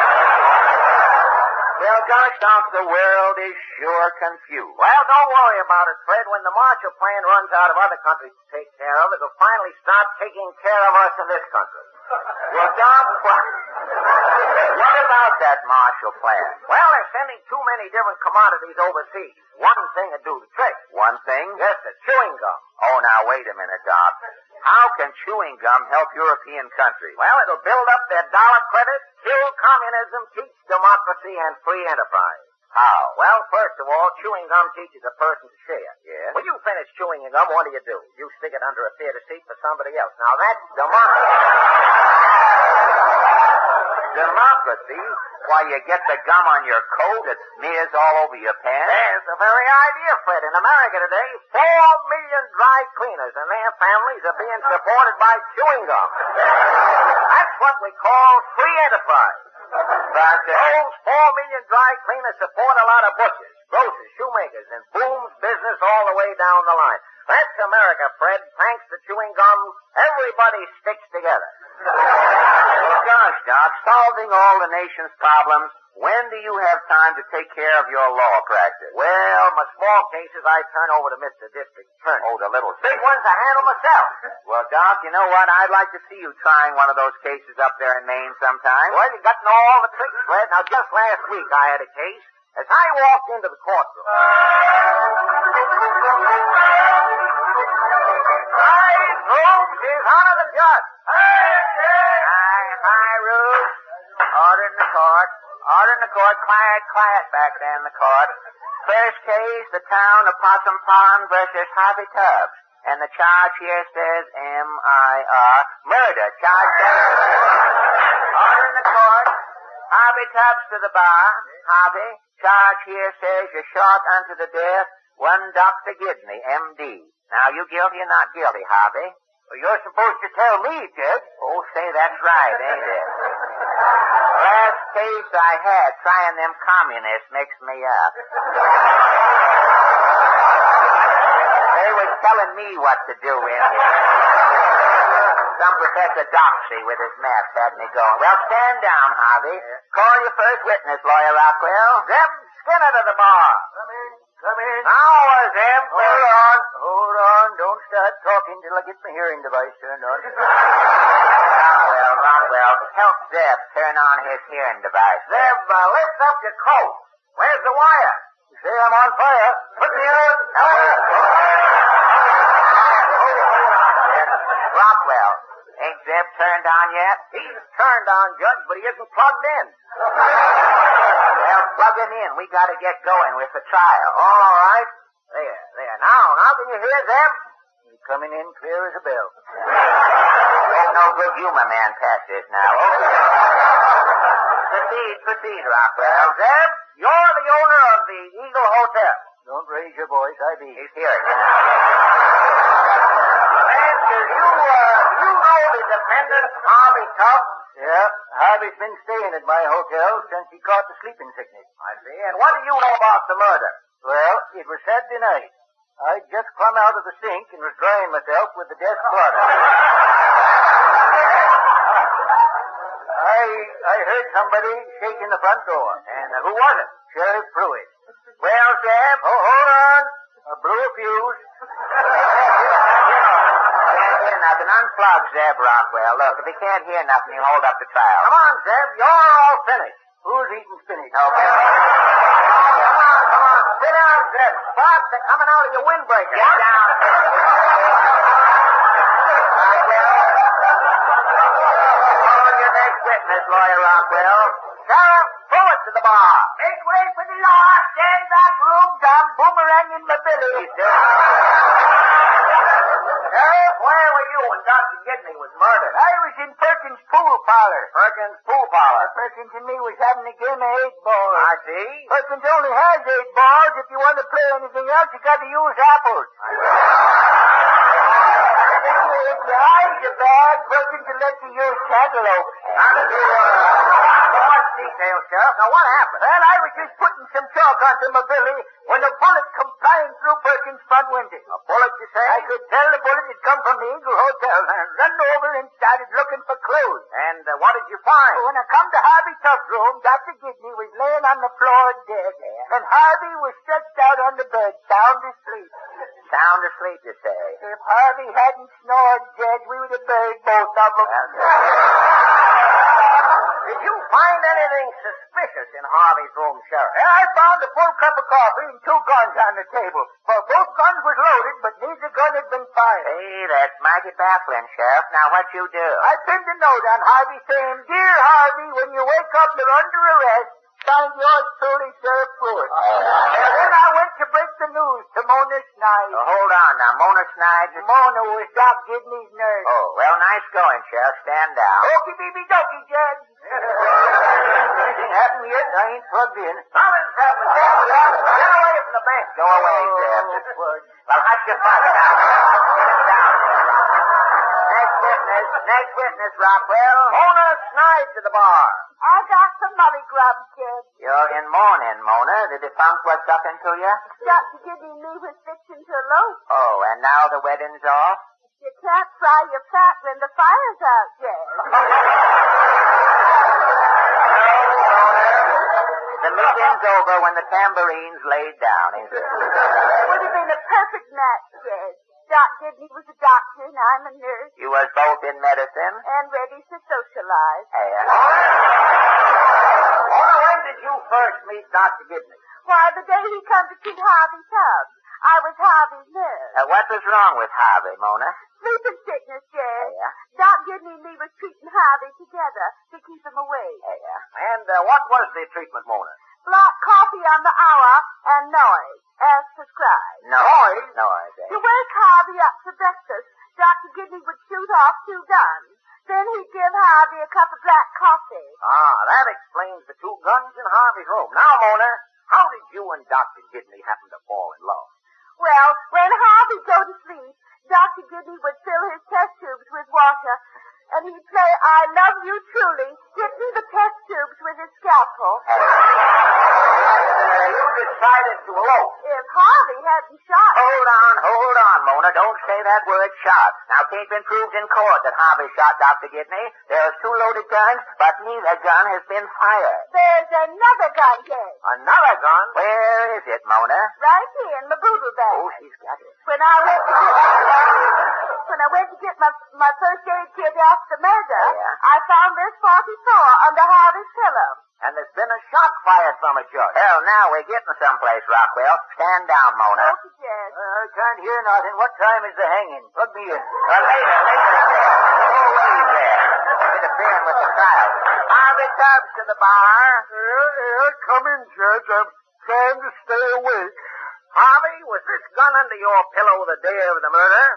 Speaker 5: Well, gosh, Doc, the world is sure confused.
Speaker 20: Well, don't worry about it, Fred. When the Marshall Plan runs out of other countries to take care of, it'll finally start taking care of us in this country.
Speaker 5: Well, Doc, what, what about that Marshall Plan?
Speaker 20: Well, they're sending too many different commodities overseas. One thing would do the trick.
Speaker 5: One thing?
Speaker 20: Yes, the chewing gum.
Speaker 5: Oh, now, wait a minute, Doc. How can chewing gum help European countries?
Speaker 20: Well, it'll build up their dollar credit, kill communism, teach democracy and free enterprise.
Speaker 5: How?
Speaker 20: Well, first of all, chewing gum teaches a person to share.
Speaker 5: Yes?
Speaker 20: When you finish chewing your gum, what do you do? You stick it under a theater seat for somebody else. Now that's democracy.
Speaker 5: Democracy? Why, you get the gum on your coat, it smears all over your pants.
Speaker 20: There's the very idea, Fred. In America today, four million dry cleaners and their families are being supported by chewing gum. That's what we call free enterprise.
Speaker 5: But, uh,
Speaker 20: Those four million dry cleaners support a lot of butchers, grocers, shoemakers, and booms business all the way down the line. That's America, Fred. Thanks to chewing gum, everybody sticks together.
Speaker 5: Well, gosh, Doc, solving all the nation's problems, when do you have time to take care of your law practice?
Speaker 20: Well, my small cases I turn over to Mr. District Attorney.
Speaker 5: Oh, the little
Speaker 20: Big ones I handle myself.
Speaker 5: Well, Doc, you know what? I'd like to see you trying one of those cases up there in Maine sometime.
Speaker 20: Well, you got to know all the tricks, Fred. Now, just last week I had a case. As I walked into the courtroom. Rise, Rooms. His Honor the Judge. Hi, hi, Rooms.
Speaker 5: Order in the court. Order in the court. Quiet, quiet back there in the court. First case, the town of Possum Pond versus Harvey Tubbs. And the charge here says M-I-R, murder. Charge says... Order in the court. Harvey Tubbs to the bar. Harvey, charge here says you're shot unto the death. One Dr. Gibney, M.D.
Speaker 20: Now, you guilty or not guilty, Harvey? Well, you're supposed to tell me, Judge. Oh, say, that's right, ain't it? Last case I had trying them communists mixed me uh, up. They was telling me what to do in here. Some Professor Doxy with his maps had me going. Well, stand down, Harvey. Call your first witness, Lawyer Rockwell. Zeb Skinner to the bar. Come in. Come in. Now, Zeb. Hold on. Hold on. Don't start talking till I get my hearing device turned on. Rockwell, Rockwell, help Zeb turn on his hearing device. Zeb, uh, lift up your coat. Where's the wire? You see, I'm on fire. Put me out. Rockwell, ain't Zeb turned on yet? He's turned on, Judge, but he isn't plugged in. well, plug him in. We gotta get going with the trial. All right. There, there. Now, now can you hear Zeb? He's coming in clear as a bell. Ain't no good humor man past this now. Okay. proceed, proceed, Rockwell. Zeb, you're the owner of the Eagle Hotel. Don't raise your voice. I be. He's hearing it. Andrew, you, uh, you know the defendant, Harvey Tubbs? Yeah, Harvey's been staying at my hotel since he caught the sleeping sickness. I see. And what do you know about the murder? Well, it was Saturday night. I'd just come out of the sink and was drying myself with the desk water. I, I heard somebody shaking the front door. And who was it? Sheriff Pruitt. Well, Sam, oh, hold on. I blew a fuse. can't hear nothing. Unplug Zeb Rockwell. Look, if he can't hear nothing, he'll hold up the trial. Come on, Zeb. You're all finished. Who's eating spinach? Okay. Come on, come on. Sit down, Zeb. Fox, they're coming out of your windbreaker. Get down. Call your next witness, lawyer Rockwell. Sheriff Pruitt to the bar. Make way for the law. Stand back, room dumb. Boomeranging my billy. Sheriff, where were you when Dr. Gidney was murdered? I was in Perkins' pool parlor. Perkins' pool parlor? Perkins and me was having a game of eight balls. I see. Perkins only has eight balls. If you want to play anything else, you got to use apples. if your eyes are bad, Perkins will let you use cantaloupe. More details, Sheriff. Now, what happened? Well, I was just putting some chalk onto my billy when a bullet come flying through Perkins' front window. A bullet, you say? I could tell the bullet had come from the Eagle Hotel, and I run over and started looking for clues. And uh, what did you find? When I come to Harvey Tubbs' room, Dr. Gidney was laying on the floor dead, and Harvey was stretched out on the bed, sound asleep. Sound asleep, you say? If Harvey hadn't snored, Judge, we would have buried both of them. Did you find anything suspicious in Harvey's room, Sheriff? Yeah, I found a full cup of coffee and two guns on the table. Well, both guns was loaded, but neither gun had been fired.
Speaker 5: Hey, that's mighty baffling, Sheriff. Now, what you do?
Speaker 20: I pinned a note on Harvey saying, Dear Harvey, when you wake up, you're under arrest. Signed yours truly, Sheriff Pruitt. and then I went to break the news to Mona Snide.
Speaker 5: Oh, hold on now, Mona Snide.
Speaker 20: Mona was Doc Gidney's nurse.
Speaker 5: Oh, well, nice going, Sheriff. Stand down.
Speaker 20: Okie beeby dokie, Judge. Anything happened yet? I ain't plugged in. Nothing's happened. Get away from the bank.
Speaker 5: Go away, Jim.
Speaker 20: Well, hush your fuss now. Sit down.
Speaker 5: Next witness, next witness, Rockwell.
Speaker 20: Mona Snide to the bar.
Speaker 33: I got some money grub, Judge.
Speaker 5: You're in mourning, Mona. The defunct was something to you?
Speaker 33: Dr. Gidney knew his victims alone.
Speaker 5: Oh, and now the wedding's off?
Speaker 33: You can't fry your fat when the fire's out, Judge.
Speaker 5: The meeting's over when the tambourin's laid down, is it?
Speaker 33: It would have been a perfect match, Judge. Doc Gidney was a doctor and I'm a nurse.
Speaker 5: You was both in medicine?
Speaker 33: And ready to
Speaker 20: Oh,
Speaker 33: socialize.
Speaker 5: And...
Speaker 20: Mona, when did you first meet Dr. Gidney?
Speaker 33: Why, the day he come to see Harvey Tubbs. I was Harvey's nurse.
Speaker 5: Uh, what was wrong with Harvey, Mona?
Speaker 33: Sleeping sickness, Judge.
Speaker 5: Yeah.
Speaker 33: Doc Gidney and me was treating Harvey together to keep him awake.
Speaker 5: Yeah.
Speaker 20: And uh, what was the treatment, Mona?
Speaker 33: Black coffee on the hour and noise, as prescribed.
Speaker 5: Noise? Noise, eh?
Speaker 33: To wake Harvey up for breakfast, Dr. Gidney would shoot off two guns. Then he'd give Harvey a cup of black coffee.
Speaker 20: Ah, that explains the two guns in Harvey's room. Now, Mona, how did you and Dr. Gidney happen to fall in love?
Speaker 33: Well, when Harvey Bobby go to sleep, Dr. Gidney would fill his test tubes with water, and he'd play I Love You Truly, hit me the test tubes with his scalpel.
Speaker 20: You decided to elope.
Speaker 33: If Harvey hadn't shot
Speaker 20: Hold on, hold on, Mona. Don't say that word shot. Now, it ain't been proved in court that Harvey shot Dr. Gidney. There are two loaded guns, but neither gun has been fired.
Speaker 33: there's another gun here.
Speaker 20: Another gun? Where is it, Mona?
Speaker 33: Right here in the boodle bag.
Speaker 20: Oh, she's got it.
Speaker 33: When I went to get when I went to get my my first aid kit after murder,
Speaker 20: Oh,
Speaker 33: I found this 44 under Harvey's pillow.
Speaker 20: And there's been a shot fired from it, George. Hell, now we're getting someplace, Rockwell. Stand down, Mona.
Speaker 33: Yes.
Speaker 20: Oh, Uh, I can't hear nothing. What time is the hanging? Plug me in. Uh, later, later. Go away there. Interfering with the crowd. Harvey Tubbs to the bar.
Speaker 34: Yeah, yeah, come in, Judge. I'm trying to stay awake.
Speaker 20: Harvey, was this gun under your pillow the day of the murder?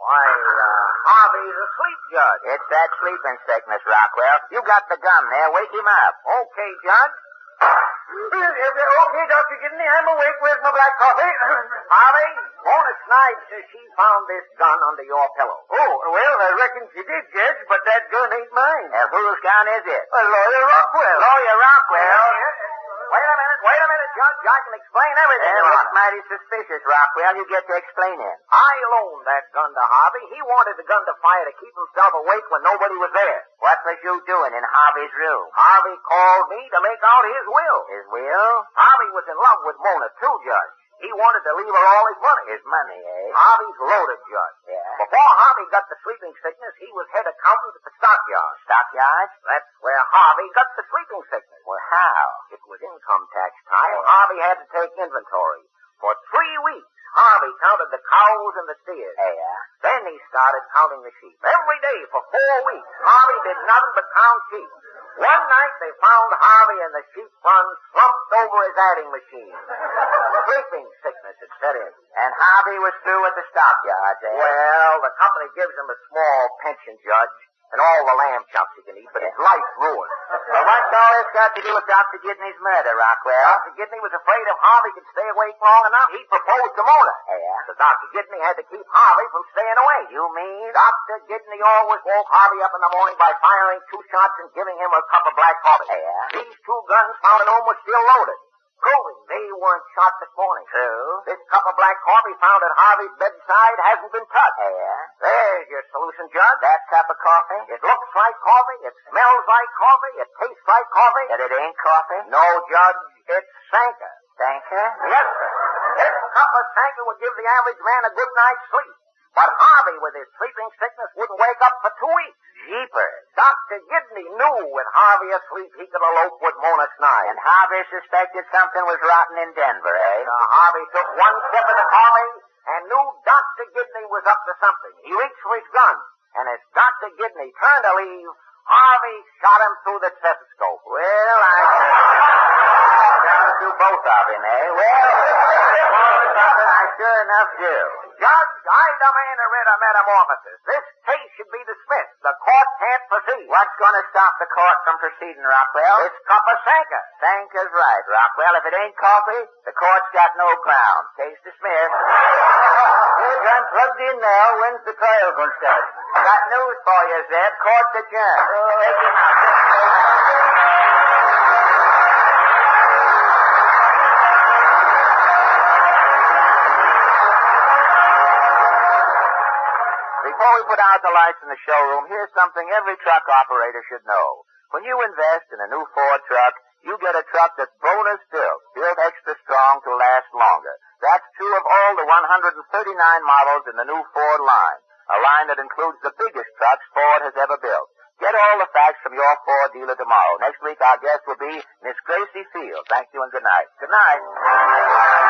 Speaker 20: Why, uh, Harvey's asleep, Judge. It's that sleeping sickness, Rockwell. You got the gun there. Wake him up. Okay, Judge. Okay, Dr. Gidney, I'm awake. Where's my black coffee? Harvey, Mona Snide says she found this gun under your pillow.
Speaker 34: Oh, well, I reckon she did, Judge, but that gun ain't mine.
Speaker 20: Now, whose gun is it?
Speaker 34: Uh, Lawyer Rockwell.
Speaker 20: Lawyer Rockwell? Wait a minute, wait a minute, Judge. I can explain everything. It looks mighty suspicious, Rockwell. You get to explain it. I loaned that gun to Harvey. He wanted the gun to fire to keep himself awake when nobody was there. What was you doing in Harvey's room? Harvey called me to make out his will. His will? Harvey was in love with Mona, too, Judge. He wanted to leave her all his money. His money, eh? Harvey's loaded, Judge. Yeah. Before Harvey got the sleeping sickness, he was head accountant at the stockyard. Stockyard? That's where Harvey got the sleeping sickness. Well, how? It was income tax time. Harvey had to take inventory. For three weeks, Harvey counted the cows and the steers. Yeah. Then he started counting the sheep. Every day for four weeks, Harvey did nothing but count sheep. One night they found Harvey in the sheep run slumped over his adding machine. Sleeping sickness had set in. And Harvey was through at the stockyard, eh? Well, the company gives him a small pension, Judge, and all the lamb chops he can eat, but his life's ruined. But what's all this got to do with Dr. Gidney's murder, Rockwell? Dr. Gidney was afraid if Harvey could stay awake long enough, he'd propose to Mona. Yeah. So Dr. Gidney had to keep Harvey from staying away. You mean? Dr. Gidney always woke Harvey up in the morning by firing two shots and giving him a cup of black coffee. Yeah. These two guns found at home were still loaded. Proving they weren't shot this morning. True. This cup of black coffee found at Harvey's bedside hasn't been touched. Yeah. There's your solution, Judge. That cup of coffee? It looks like coffee, it smells like coffee, it tastes like coffee. But it ain't coffee? No, Judge. It's Sanka. Sanka? Yes, sir. This cup of Sanka would give the average man a good night's sleep. But Harvey, with his sleeping sickness, wouldn't wake up for two weeks. Jeepers. Dr. Gidney knew with Harvey asleep he could elope with Mona Snide. And Harvey suspected something was rotten in Denver, eh? So Harvey took one sip of the coffee and knew Dr. Gidney was up to something. He reached for his gun, and as Dr. Gidney turned to leave, Harvey shot him through the stethoscope. Well, I... Sounds you both of him, eh? Well, I sure enough do. Judge, I demand a writ of metamorphosis. This case should be dismissed. The court can't proceed. What's going to stop the court from proceeding, Rockwell? This cup of Sanka. Sanka's right, Rockwell. If it ain't coffee, the court's got no ground. Case dismissed. Judge, I'm plugged in now. When's the trial going to start? Got news for you, Zeb. Court's adjourned. Oh, wake him up. Before we put out the lights in the showroom, here's something every truck operator should know. When you invest in a new Ford truck, you get a truck that's bonus built, built extra strong to last longer. That's true of all the 139 models in the new Ford line, a line that includes the biggest trucks Ford has ever built. Get all the facts from your Ford dealer tomorrow. Next week our guest will be Miss Gracie Field. Thank you and good night. Good night.